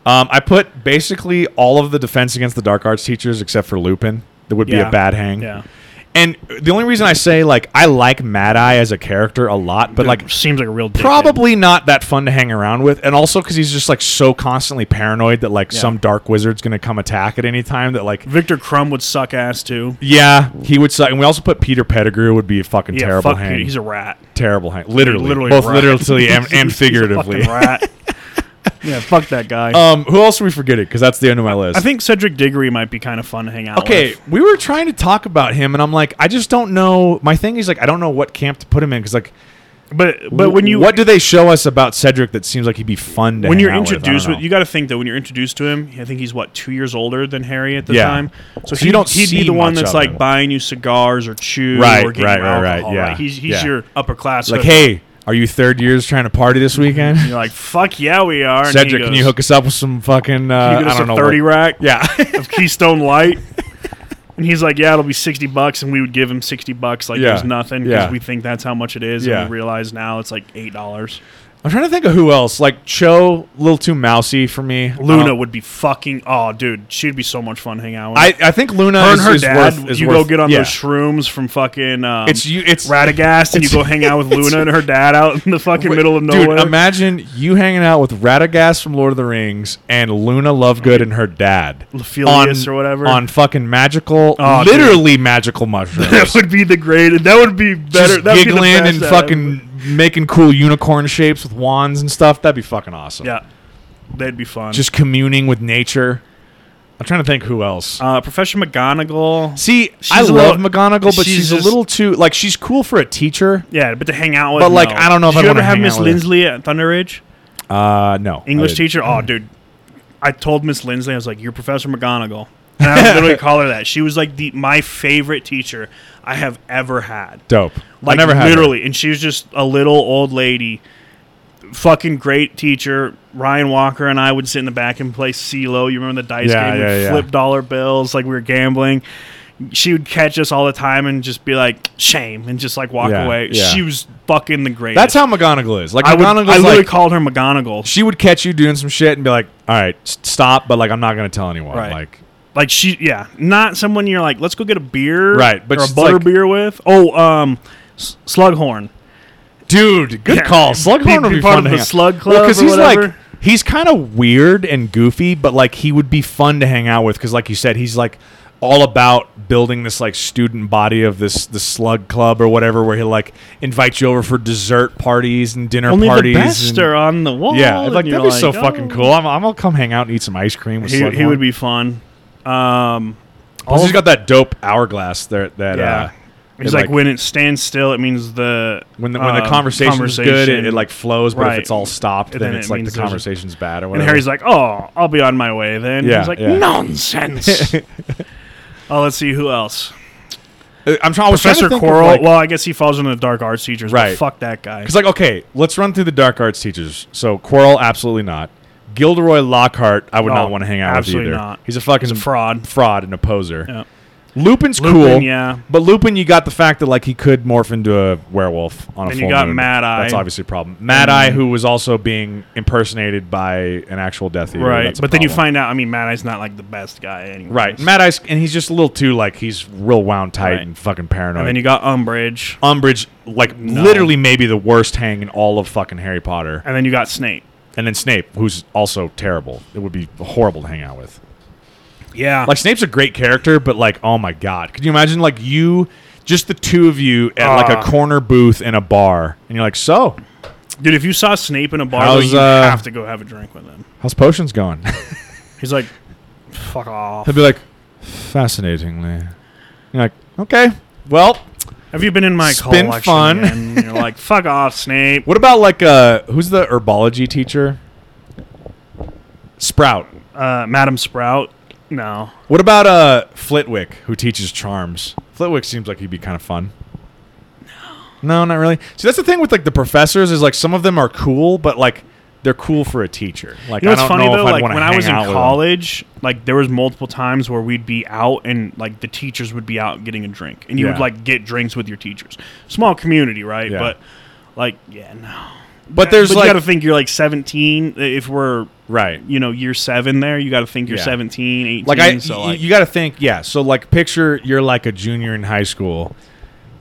S1: Um, I put basically all of the defense against the dark arts teachers except for Lupin. That would be
S2: Yeah.
S1: a bad hang.
S2: Yeah,
S1: And the only reason I say like I like Mad Eye as a character a lot, but like
S2: seems like a real dickhead.
S1: probably not that fun to hang around with. And also because he's just like so constantly paranoid that like some dark wizard's gonna come attack at any time. That like
S2: Victor Crumb would suck ass too.
S1: yeah, he would suck. And we also put Peter Pettigrew would be a fucking
S2: Yeah,
S1: terrible
S2: fuck
S1: hang.
S2: you. He's a rat.
S1: terrible hang. Literally,
S2: Literally
S1: both
S2: rat.
S1: literally and, and
S2: He's a
S1: figuratively.
S2: fucking rat. yeah, fuck that guy.
S1: Um, who else are we forgetting? Because that's the end of my list.
S2: I think Cedric Diggory might be kind of fun to hang out
S1: Okay,
S2: with.
S1: we were trying to talk about him, and I'm like, I just don't know. My thing is like, I don't know what camp to put him in because like,
S2: But but when you
S1: what do they show us about Cedric that seems like he'd be fun to
S2: when
S1: hang
S2: you're
S1: out with? I don't
S2: introduced
S1: know.
S2: with, you got to think that when you're introduced to him, I think he's what two years older than Harry at the
S1: Yeah.
S2: time.
S1: So
S2: So, he,
S1: you don't
S2: he'd
S1: see
S2: be the one
S1: much
S2: that's
S1: of
S2: like
S1: him.
S2: buying you cigars or chew
S1: Right,
S2: or getting
S1: right,
S2: you
S1: right, right,
S2: alcohol,
S1: yeah,
S2: He's he's
S1: yeah.
S2: your upper class.
S1: like, hey, are you third years trying to party this weekend?
S2: you're like fuck yeah, we are. And he
S1: Cedric, can
S2: goes,
S1: you hook us up with some fucking?
S2: can
S1: Uh,
S2: you get us
S1: I don't know.
S2: a thirty
S1: what-
S2: rack
S1: yeah,
S2: of Keystone Light? And he's like, yeah, it'll be sixty bucks, and we would give him sixty bucks like
S1: Yeah.
S2: there's nothing because
S1: Yeah.
S2: we think that's how much it is,
S1: Yeah.
S2: and we realize now it's like eight dollars.
S1: I'm trying to think of who else. Like Cho, a little too mousy for me.
S2: Luna
S1: Um,
S2: would be fucking. Oh, dude, she'd be so much fun hanging out with.
S1: I, I think Luna
S2: her
S1: is,
S2: and her
S1: is
S2: dad.
S1: worth- is
S2: you
S1: worth-
S2: go get on
S1: yeah.
S2: those shrooms from fucking um,
S1: It's you. It's
S2: Radagast, and you
S1: it's-
S2: go hang out with
S1: it's-
S2: Luna and her dad out in the fucking middle of
S1: Dude,
S2: nowhere.
S1: imagine you hanging out with Radagast from Lord of the Rings and Luna Lovegood and her dad
S2: Lophelius or whatever.
S1: on fucking magical,
S2: Oh, dude.
S1: literally magical mushrooms.
S2: that would be the greatest. That would be better.
S1: Just
S2: That'd be the
S1: giggling
S2: best
S1: and
S2: out of
S1: fucking making cool unicorn shapes with wands and stuff. That'd be fucking awesome.
S2: Yeah, that'd be fun.
S1: Just communing with nature. I'm trying to think who else.
S2: uh, Professor McGonagall.
S1: See, I
S2: she's a
S1: love
S2: little-
S1: McGonagall, but she's,
S2: she's
S1: a
S2: just-
S1: little too like she's cool for a teacher.
S2: Yeah, but to hang out with.
S1: But, like,
S2: no.
S1: I don't know if
S2: Did
S1: I'd
S2: you
S1: wanna
S2: ever have
S1: hang
S2: Miss
S1: out with her.
S2: Lindsley at Thunder Ridge,
S1: Uh, no, I
S2: English
S1: didn't.
S2: teacher. Oh, dude, I told Miss Lindsley I was like, "You're Professor McGonagall," and I would literally call her that. She was like the my favorite teacher I have ever had.
S1: Dope. I
S2: Like
S1: never had her.
S2: literally, and she was just a little old lady, fucking great teacher. Ryan Walker and I would sit in the back and play CeeLo. You remember the dice
S1: Yeah,
S2: game?
S1: yeah,
S2: We'd
S1: yeah.
S2: flip dollar bills like we were gambling. She would catch us all the time and just be like, "Shame," and just like walk
S1: Yeah,
S2: away.
S1: yeah.
S2: She was fucking the greatest.
S1: That's how McGonagall is. Like
S2: I would. I
S1: McGonagall's
S2: literally
S1: like
S2: called her McGonagall.
S1: she would catch you doing some shit and be like, "All right, s- stop," but like I'm not gonna tell anyone.
S2: Right.
S1: Like,
S2: Like she, yeah, not someone you're like, let's go get a beer,
S1: Right, but
S2: or a
S1: she's like-
S2: butter beer with. Oh, um, S- Slughorn.
S1: dude, good
S2: Yeah.
S1: call. Slughorn
S2: Be-
S1: would
S2: be
S1: be
S2: part
S1: fun
S2: of
S1: to
S2: the
S1: hang out-
S2: Slug
S1: Well,
S2: Club or
S1: he's like
S2: whatever.
S1: he's kind of weird and goofy, but like he would be fun to hang out with because, like you said, he's like all about building this like student body of this the slug club or whatever where he'll like invite you over for dessert parties and dinner
S2: Only
S1: parties
S2: the best
S1: and-
S2: are on the wall.
S1: yeah
S2: and
S1: like
S2: you're
S1: that'd be so
S2: like,
S1: fucking
S2: oh.
S1: cool I'm, I'm gonna come hang out and eat some ice cream with
S2: He, he
S1: Slughorn.
S2: would be fun. Um,
S1: Plus, he's got that dope hourglass there. That
S2: Yeah.
S1: uh,
S2: It's
S1: It,
S2: like,
S1: like-
S2: when it stands still, it means the
S1: When the, when the
S2: uh,
S1: conversation's good, it,
S2: conversation-
S1: it like flows. But
S2: Right.
S1: if it's all stopped,
S2: And
S1: then,
S2: then
S1: it's
S2: it
S1: like the
S2: means there's a-
S1: conversation's bad or
S2: and
S1: whatever.
S2: Harry's like, "Oh, I'll be on my way then."
S1: uh, Yeah,
S2: he's like,
S1: yeah.
S2: "Nonsense." oh, let's see who else.
S1: Uh, I'm trying. I was trying to
S2: Professor
S1: think of,
S2: Quirrell.
S1: like-
S2: well, I guess he falls into the dark arts teachers. Right?
S1: Right.
S2: But fuck that guy.
S1: Because, like, okay, let's run through the dark arts teachers. So, Quirrell, absolutely not. Gilderoy Lockhart, I would
S2: No,
S1: not want to hang out
S2: Oh, absolutely
S1: with either.
S2: not.
S1: He's a fucking
S2: He's a fraud.
S1: fraud and a poser.
S2: Yeah.
S1: Lupin's
S2: Lupin,
S1: cool.
S2: yeah.
S1: But Lupin, you got the fact that like he could morph into a werewolf on a
S2: And you
S1: full
S2: got
S1: moon.
S2: Mad Eye.
S1: That's obviously a problem. Mad Eye, who was also being impersonated by an actual Death Eater.
S2: Right.
S1: That's a
S2: But then you
S1: problem.
S2: find out. I mean, Mad Eye's not like the best guy anyway.
S1: right Mad Eye's, and he's just a little too like he's real wound tight
S2: Right.
S1: and fucking paranoid.
S2: And then you got Umbridge,
S1: Umbridge, like
S2: No.
S1: literally maybe the worst hang in all of fucking Harry Potter.
S2: and then you got Snape.
S1: and then Snape, who's also terrible. It would be horrible to hang out with.
S2: Yeah.
S1: Like Snape's a great character, but like, oh my god, could you imagine like you, just the two of you at like
S2: Ah.
S1: a corner booth in a bar, and you're like, so
S2: Dude, if you saw Snape in a bar, though,
S1: How's,
S2: you
S1: uh,
S2: have to go have a drink with him.
S1: how's potions going?
S2: He's like, fuck off.
S1: He'd be like, fascinatingly. You're like, okay, well,
S2: Have you been in my
S1: It's been
S2: collection?
S1: fun.
S2: And you're like, fuck off, Snape.
S1: what about like uh, who's the herbology teacher? Sprout.
S2: Uh, Madam Sprout? No.
S1: What about uh Flitwick, who teaches charms? Flitwick seems like he'd be kind of fun. No, not really. See, that's the thing with like the professors is like some of them are cool, but like they're cool for a teacher. Like
S2: You know
S1: I
S2: what's
S1: don't
S2: funny
S1: know
S2: though?
S1: if I'd
S2: Like
S1: want to
S2: when
S1: hang
S2: I was in
S1: out with them.
S2: college, like there was multiple times where we'd be out and like the teachers would be out getting a drink, and you
S1: Yeah.
S2: would like get drinks with your teachers. Small community, right?
S1: Yeah.
S2: But like, yeah, no.
S1: But there's
S2: you
S1: like
S2: got to think you're like 17. If we're
S1: right.
S2: you know year seven there, you got to think you're
S1: Yeah.
S2: 17, 18.
S1: Like I,
S2: so
S1: y-
S2: like,
S1: you got to think. Yeah. So like, picture you're like a junior in high school.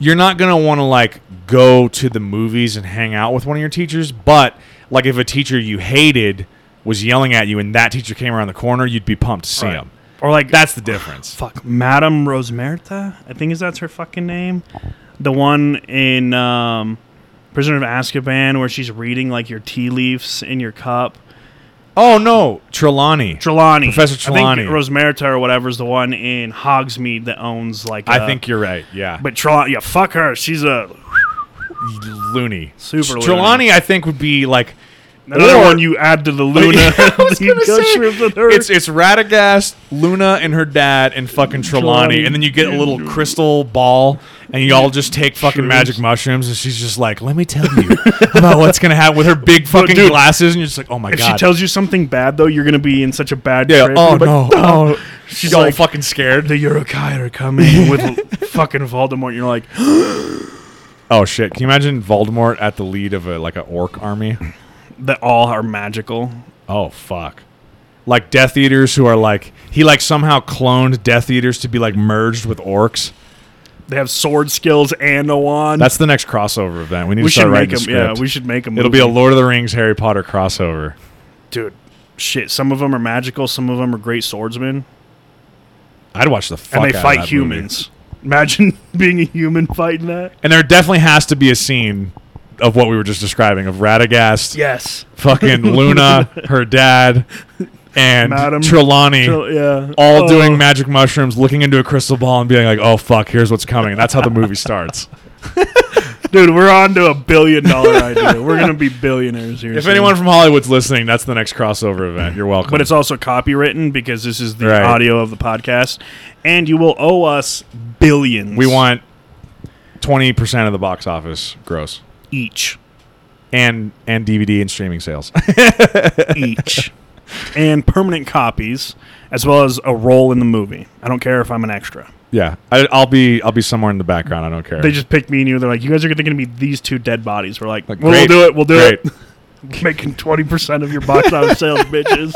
S1: You're not gonna want to like go to the movies and hang out with one of your teachers, but like if a teacher you hated was yelling at you and that teacher came around the corner, you'd be pumped to see
S2: Right.
S1: him.
S2: or like
S1: That's the difference.
S2: fuck Madame Rosmerta, I think is that's her fucking name. The one in um, Prisoner of Azkaban where she's reading like your tea leaves in your cup.
S1: Oh no, Trelawney.
S2: Trelawney,
S1: Professor Trelawney.
S2: I think Rosmerta or whatever's the one in Hogsmeade that owns like.
S1: I
S2: uh,
S1: think you're right. Yeah,
S2: but Trelawney, yeah, fuck her. She's a
S1: loony.
S2: Super loony.
S1: Trelawney, I think would be like
S2: another
S1: Or-
S2: one you add to the Luna.
S1: I was
S2: You
S1: gonna
S2: go
S1: say,
S2: through with her.
S1: it's it's Radagast, Luna, and her dad, and fucking Trelawney,
S2: Trelawney.
S1: and then you get a little crystal ball, and you all just take fucking magic mushrooms, and she's just like, "Let me tell you about what's gonna happen with her big fucking
S2: dude,
S1: glasses," and you're just like, "Oh my
S2: if
S1: god."
S2: she tells you something bad though, you're gonna be in such a bad
S1: yeah,
S2: trip.
S1: oh
S2: You're like,
S1: no, oh, she's
S2: She's
S1: all
S2: like-
S1: fucking scared.
S2: The Urukai are coming with fucking Voldemort. You're like,
S1: Oh shit! Can you imagine Voldemort at the lead of a like an orc army?
S2: that all are magical.
S1: Oh fuck. Like Death Eaters who are like he like somehow cloned Death Eaters to be like merged with orcs.
S2: They have sword skills and a wand.
S1: That's the next crossover event. We need
S2: we
S1: to start
S2: should
S1: writing
S2: make
S1: the
S2: them.
S1: script.
S2: Yeah, we should make them.
S1: It'll be a Lord of the Rings Harry Potter crossover.
S2: dude. Shit, some of them are magical. Some of them are great swordsmen,
S1: I'd watch the fuck
S2: and
S1: out
S2: they
S1: of
S2: fight
S1: that movie.
S2: humans. Imagine being a human fighting that.
S1: And there definitely has to be a scene of what we were just describing of Radagast,
S2: Yes.
S1: fucking Luna, her dad, and
S2: Madam
S1: Trelawney.
S2: So, yeah.
S1: all
S2: Oh.
S1: doing magic mushrooms, looking into a crystal ball, and being like, "Oh fuck, here's what's coming." And that's how the movie starts.
S2: Dude, we're on to a billion dollar idea. We're gonna be billionaires here.
S1: If
S2: soon.
S1: anyone from Hollywood's listening, that's the next crossover event. You're welcome.
S2: but it's also copywritten because this is the
S1: Right.
S2: audio of the podcast, and you will owe us billions.
S1: we want twenty percent of the box office gross
S2: each,
S1: and and DVD and streaming sales.
S2: each, and permanent copies, as well as a role in the movie. I don't care if I'm an extra.
S1: yeah, I, I'll be I'll be somewhere in the background. I don't care.
S2: They just picked me and you. They're like, you guys are going to be these two dead bodies. We're like,
S1: Like,
S2: well,
S1: great,
S2: we'll do it. We'll do
S1: Great.
S2: it. Making twenty percent of your box office sales, bitches.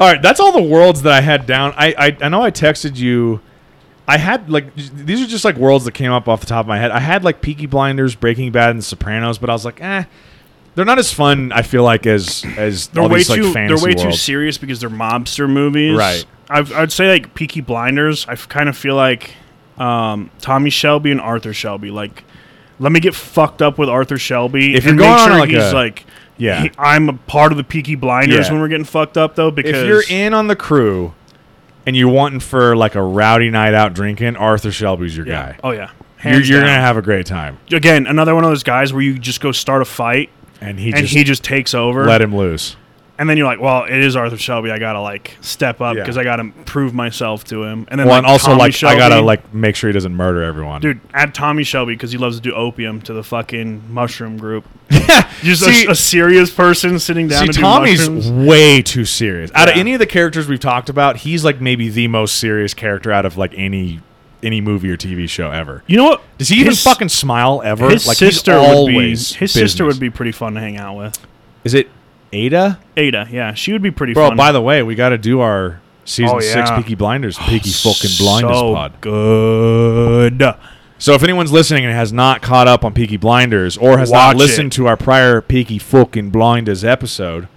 S1: All right, that's all the worlds that I had down. I, I I know I texted you. I had like j- these are just like worlds that came up off the top of my head. I had like Peaky Blinders, Breaking Bad, and Sopranos, but I was like, eh, they're not as fun. I feel like as as
S2: They're
S1: all
S2: way
S1: these, like,
S2: too. They're
S1: fantasy
S2: way too
S1: worlds.
S2: serious because they're mobster movies,
S1: Right.
S2: I've, I'd say like Peaky Blinders. I kind of feel like um, Tommy Shelby and Arthur Shelby. Like, let me get fucked up with Arthur Shelby.
S1: If
S2: and
S1: you're going
S2: make
S1: on,
S2: sure
S1: like,
S2: he's
S1: a-
S2: like,
S1: yeah.
S2: he- I'm a part of the Peaky Blinders
S1: Yeah.
S2: when we're getting fucked up though. Because
S1: if you're in on the crew and you're wanting for like a rowdy night out drinking, Arthur Shelby's your
S2: yeah.
S1: guy.
S2: oh yeah,
S1: You're,
S2: Hands
S1: you're
S2: down.
S1: gonna have a great time.
S2: Again, another one of those guys where you just go start a fight
S1: And he
S2: and
S1: just
S2: he just takes over.
S1: let him loose.
S2: and then you're like, well, it is Arthur Shelby. I gotta like step up
S1: Yeah.
S2: because I gotta prove myself to him. And then
S1: Well,
S2: like,
S1: and also
S2: Tommy
S1: like
S2: Shelby,
S1: I gotta like make sure he doesn't murder everyone.
S2: dude, add Tommy Shelby because he loves to do opium to the fucking mushroom group. Just a-
S1: See-
S2: a, serious person sitting down.
S1: See,
S2: to do
S1: Tommy's
S2: mushrooms.
S1: way too serious. Out of
S2: Yeah.
S1: any of the characters we've talked about, he's like maybe the most serious character out of like any any movie or TV show ever.
S2: You know what?
S1: Does he even
S2: His-
S1: fucking smile ever?
S2: His
S1: like he's
S2: sister would be.
S1: always
S2: His sister
S1: business.
S2: would be pretty fun to hang out with.
S1: Is it Ada?
S2: Ada, yeah, she would be pretty
S1: Bro,
S2: fun.
S1: by the way, we got to do our season
S2: Oh,
S1: six
S2: yeah. Oh,
S1: Peaky Blinders, Peaky fucking Blinders
S2: so
S1: pod.
S2: good.
S1: So if anyone's listening and has not caught up on Peaky Blinders or has not
S2: Watch
S1: listened to our prior Peaky fucking Blinders episode,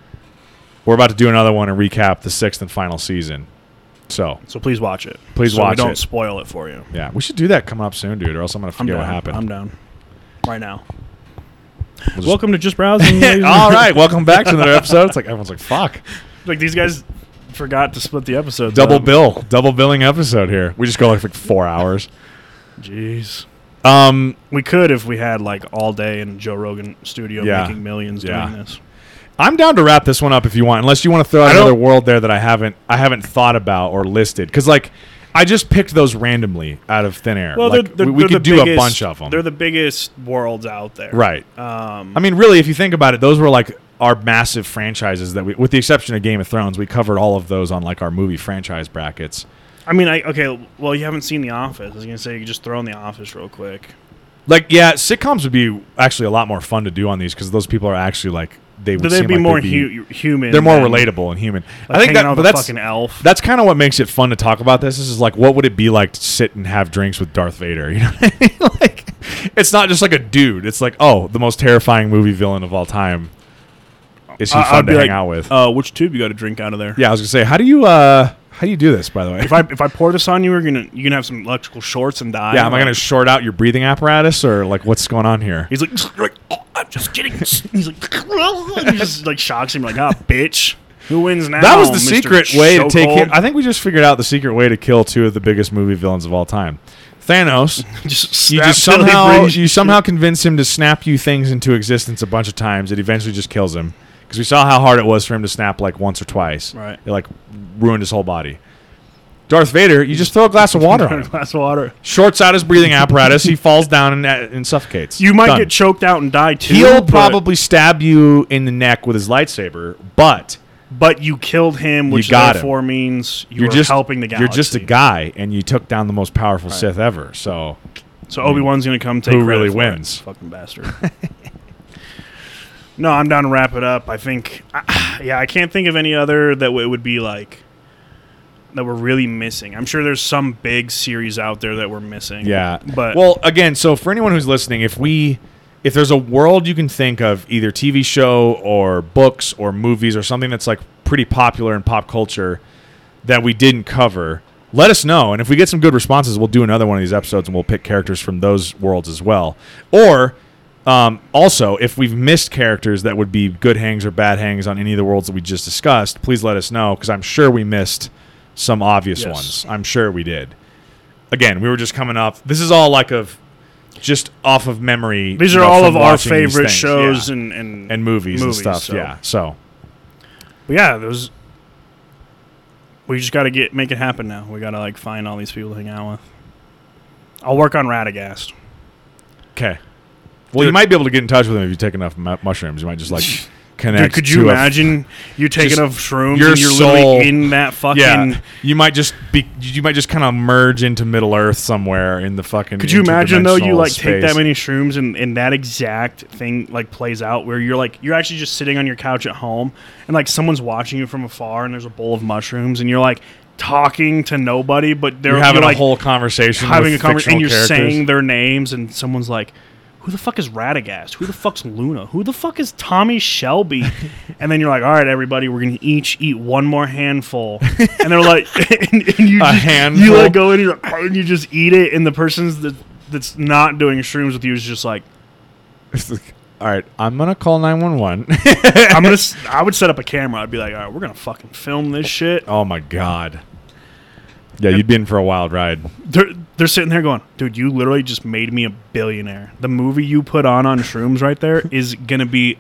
S1: we're about to do another one and recap the sixth and final season. So
S2: So please watch it.
S1: Please
S2: so we
S1: watch
S2: don't
S1: it.
S2: spoil it for you.
S1: yeah, we should do that coming up soon, dude, or else I'm gonna
S2: I'm
S1: forget
S2: down.
S1: what happened.
S2: I'm down. Right now.
S1: We'll just-
S2: Welcome to Just Browsing. ladies and-
S1: All right, welcome back to another episode. It's like everyone's like, "Fuck,
S2: Like these guys forgot to split the episode.
S1: double bill, double billing episode here." We just go like for four hours.
S2: Jeez.
S1: Um,
S2: We could if we had like all day in Joe Rogan studio
S1: Yeah.
S2: making millions
S1: Yeah.
S2: doing this.
S1: I'm down to wrap this one up if you want, unless you want to throw out
S2: I don't-
S1: another world there that I haven't I haven't thought about or listed. Because like I just picked those randomly out of thin air.
S2: Well,
S1: like,
S2: they're, they're,
S1: we, we
S2: they're
S1: could
S2: the
S1: do
S2: biggest-
S1: a bunch of them.
S2: They're the biggest worlds out there.
S1: right.
S2: Um,
S1: I mean, really, if you think about it, those were like our massive franchises that we, with the exception of Game of Thrones, we covered all of those on like our movie franchise brackets.
S2: I mean, I okay. Well, you haven't seen The Office. I was gonna say you could just throw in The Office real quick.
S1: Like, yeah, sitcoms would be actually a lot more fun to do on these because those people are actually like they would
S2: But they'd
S1: seem
S2: be
S1: like
S2: more
S1: they'd be-
S2: hu- human.
S1: They're more
S2: than,
S1: relatable and human.
S2: Like,
S1: I think
S2: hanging out
S1: that, but
S2: with a
S1: that's
S2: fucking elf.
S1: that's kind of what makes it fun to talk about this. This is like, what would it be like to sit and have drinks with Darth Vader? You know, what I mean? like, it's not just like a dude. It's like, oh, the most terrifying movie villain of all time. Is he
S2: I-
S1: fun
S2: I'd
S1: to
S2: be
S1: hang
S2: like,
S1: out with?
S2: Uh, which tube you got to drink out of there?
S1: yeah, I was gonna say, how do you uh, how do you do this? By the way,
S2: If I if I pour this on you, you're gonna you're gonna have some electrical shorts and die.
S1: yeah, am I
S2: Like,
S1: gonna short out your breathing apparatus or like what's going on here?
S2: He's like, like, "Oh, I'm just kidding. He's like, and he just like shocks him like, ah, bitch. Who wins now?
S1: That was the
S2: Mr.
S1: secret way to take.
S2: Chokehold?"
S1: Him. I think we just figured out the secret way to kill two of the biggest movie villains of all time. Thanos
S2: just
S1: you
S2: snap
S1: just
S2: till he
S1: somehow
S2: breathes.
S1: you somehow convince him to snap you things into existence a bunch of times. It eventually just kills him because we saw how hard it was for him to snap like once or twice.
S2: Right.
S1: it like ruined his whole body. Darth Vader, you just throw a glass of water on
S2: a
S1: him,
S2: glass of water.
S1: shorts out his breathing apparatus. He falls down and, uh, and suffocates.
S2: You might
S1: Done.
S2: get choked out and die too.
S1: He'll
S2: but-
S1: probably stab you in the neck with his lightsaber, but
S2: but you killed him, which
S1: got him.
S2: therefore means you
S1: you're
S2: are
S1: just
S2: helping the galaxy.
S1: You're just a guy, and you took down the most powerful Sith ever. So
S2: So Obi Wan's gonna come take
S1: Who
S2: credit
S1: really
S2: for it,
S1: wins?
S2: fucking bastard. no, I'm down to wrap it up. I think, I, yeah, I can't think of any other that w- it would be like that we're really missing. I'm sure there's some big series out there that we're missing.
S1: Yeah.
S2: but
S1: well, again, so for anyone who's listening, if we if there's a world you can think of, either TV show or books or movies or something that's like pretty popular in pop culture that we didn't cover, let us know. And if we get some good responses, we'll do another one of these episodes and we'll pick characters from those worlds as well. Or um, also, if we've missed characters that would be good hangs or bad hangs on any of the worlds that we just discussed, please let us know because I'm sure we missed some obvious
S2: Yes.
S1: ones. I'm sure we did again, we were just coming off. This is all like of just off of memory.
S2: these
S1: you
S2: are
S1: know,
S2: all
S1: from
S2: of our
S1: watching these
S2: favorite
S1: things.
S2: shows
S1: Yeah.
S2: and, and
S1: and movies,
S2: movies,
S1: and stuff.
S2: so-
S1: Yeah. So
S2: but yeah, those. We just got to get make it happen now. We got to like find all these people to hang out with. I'll work on Radagast.
S1: okay. Well, you
S2: Dude.
S1: might be able to get in touch with him if you take enough mu- mushrooms. You might just like
S2: Dude,
S1: connect.
S2: could
S1: to
S2: you
S1: a-
S2: imagine you taking
S1: just
S2: enough shrooms
S1: your
S2: and you're
S1: soul-
S2: literally in that fucking?
S1: yeah, you might just be. You might just kind of merge into Middle Earth somewhere in the fucking.
S2: Could you imagine though? You
S1: interdimensional
S2: like take that
S1: space.
S2: many shrooms and, and that exact thing like plays out where you're like you're actually just sitting on your couch at home and like someone's watching you from afar and there's a bowl of mushrooms and you're like talking to nobody but they're
S1: You're having
S2: like
S1: a whole conversation.
S2: having a
S1: with
S2: conversation and you're
S1: fictional characters.
S2: saying their names and someone's like. Who the fuck is Radagast? Who the fuck's Luna? Who the fuck is Tommy Shelby? and then you're like, all right, everybody, we're gonna each eat one more handful. And they're like, and, and you
S1: A
S2: just,
S1: handful?
S2: You like go in and, you're like, and you just eat it, and the person's that, that's not doing shrooms with you is just like,
S1: It's like, All right, I'm gonna call nine one one.
S2: I'm gonna. s- I would set up a camera. I'd be like, all right, we're gonna fucking film this shit.
S1: Oh my god. Oh Yeah, you'd be in for a wild ride.
S2: They're they're sitting there going, dude, you literally just made me a billionaire. The movie you put on on shrooms right there is gonna be.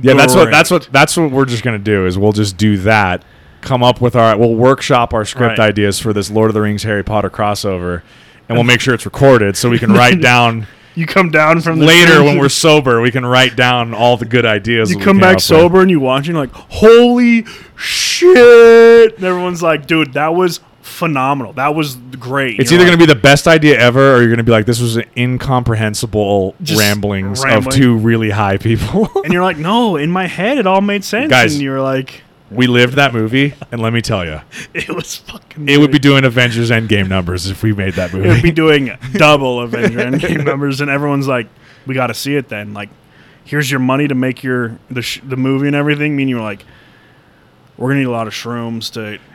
S1: Yeah, that's what
S2: great."
S1: that's what that's what we're just gonna do is we'll just do that. Come up with our we'll workshop our script
S2: Right.
S1: ideas for this Lord of the Rings Harry Potter crossover, and we'll make sure it's recorded so we can write down
S2: you come down from the
S1: later
S2: shrooms-
S1: when we're sober. We can write down all the good ideas.
S2: You
S1: we
S2: come
S1: came up
S2: back
S1: with.
S2: sober and you watch and you're like, holy shit! And everyone's like, dude, that was phenomenal. That was great.
S1: It's
S2: You're
S1: either
S2: like,
S1: going to be the best idea ever, or you're going to be like, "This was an incomprehensible
S2: Just
S1: ramblings
S2: rambling.
S1: of two really high people."
S2: and you're like, no, in my head it all made sense.
S1: Guys.
S2: and you're like,
S1: we lived that movie, and let me tell you,
S2: it was fucking.
S1: it would be
S2: great."
S1: doing Avengers Endgame numbers if we made that movie.
S2: It would be doing double Avenger Endgame numbers, and everyone's like, we got to see it then. Like, here's your money to make your the sh- the movie and everything. Mean you're like, we're gonna need a lot of shrooms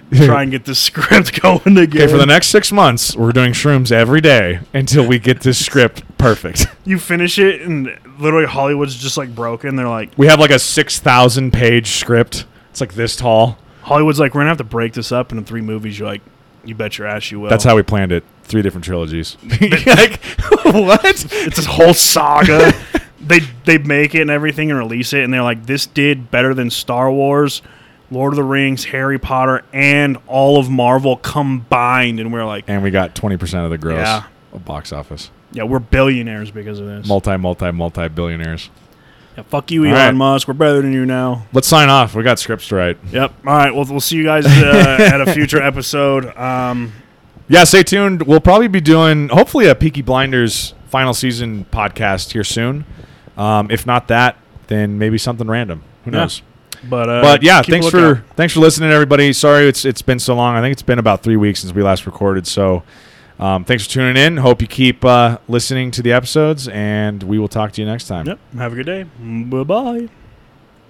S2: to try and get this script going again.
S1: Okay, for the next six months, we're doing shrooms every day until we get this script perfect.
S2: you finish it and literally Hollywood's just like broken. They're like
S1: We have like a 6,000 page script. It's like this tall.
S2: Hollywood's like we're gonna have to break this up into three movies. You're like, you bet your ass you will.
S1: That's how we planned it. Three different trilogies. like, what?
S2: it's this whole saga. they they make it and everything and release it and they're like this did better than Star Wars, Lord of the Rings, Harry Potter, and all of Marvel combined. And we're like,
S1: And we got 20% of the gross
S2: Yeah.
S1: of box office.
S2: yeah, we're billionaires because of this.
S1: Multi, multi, multi billionaires.
S2: Yeah, fuck you,
S1: All
S2: Elon
S1: right.
S2: Musk. We're better than you now.
S1: Let's sign off. We got scripts to write.
S2: Yep. All right. Well, we'll see you guys uh, at a future episode. Um,
S1: Yeah, stay tuned. We'll probably be doing, hopefully, a Peaky Blinders final season podcast here soon. Um, if not that, then maybe something random. Who
S2: Yeah.
S1: knows?
S2: but uh,
S1: but yeah,
S2: keep a
S1: thanks for
S2: lookout.
S1: thanks for listening, everybody. Sorry it's it's been so long. I think it's been about three weeks since we last recorded. So um, thanks for tuning in. Hope you keep uh, listening to the episodes, and we will talk to you next time.
S2: Yep. Have a good day. Bye bye.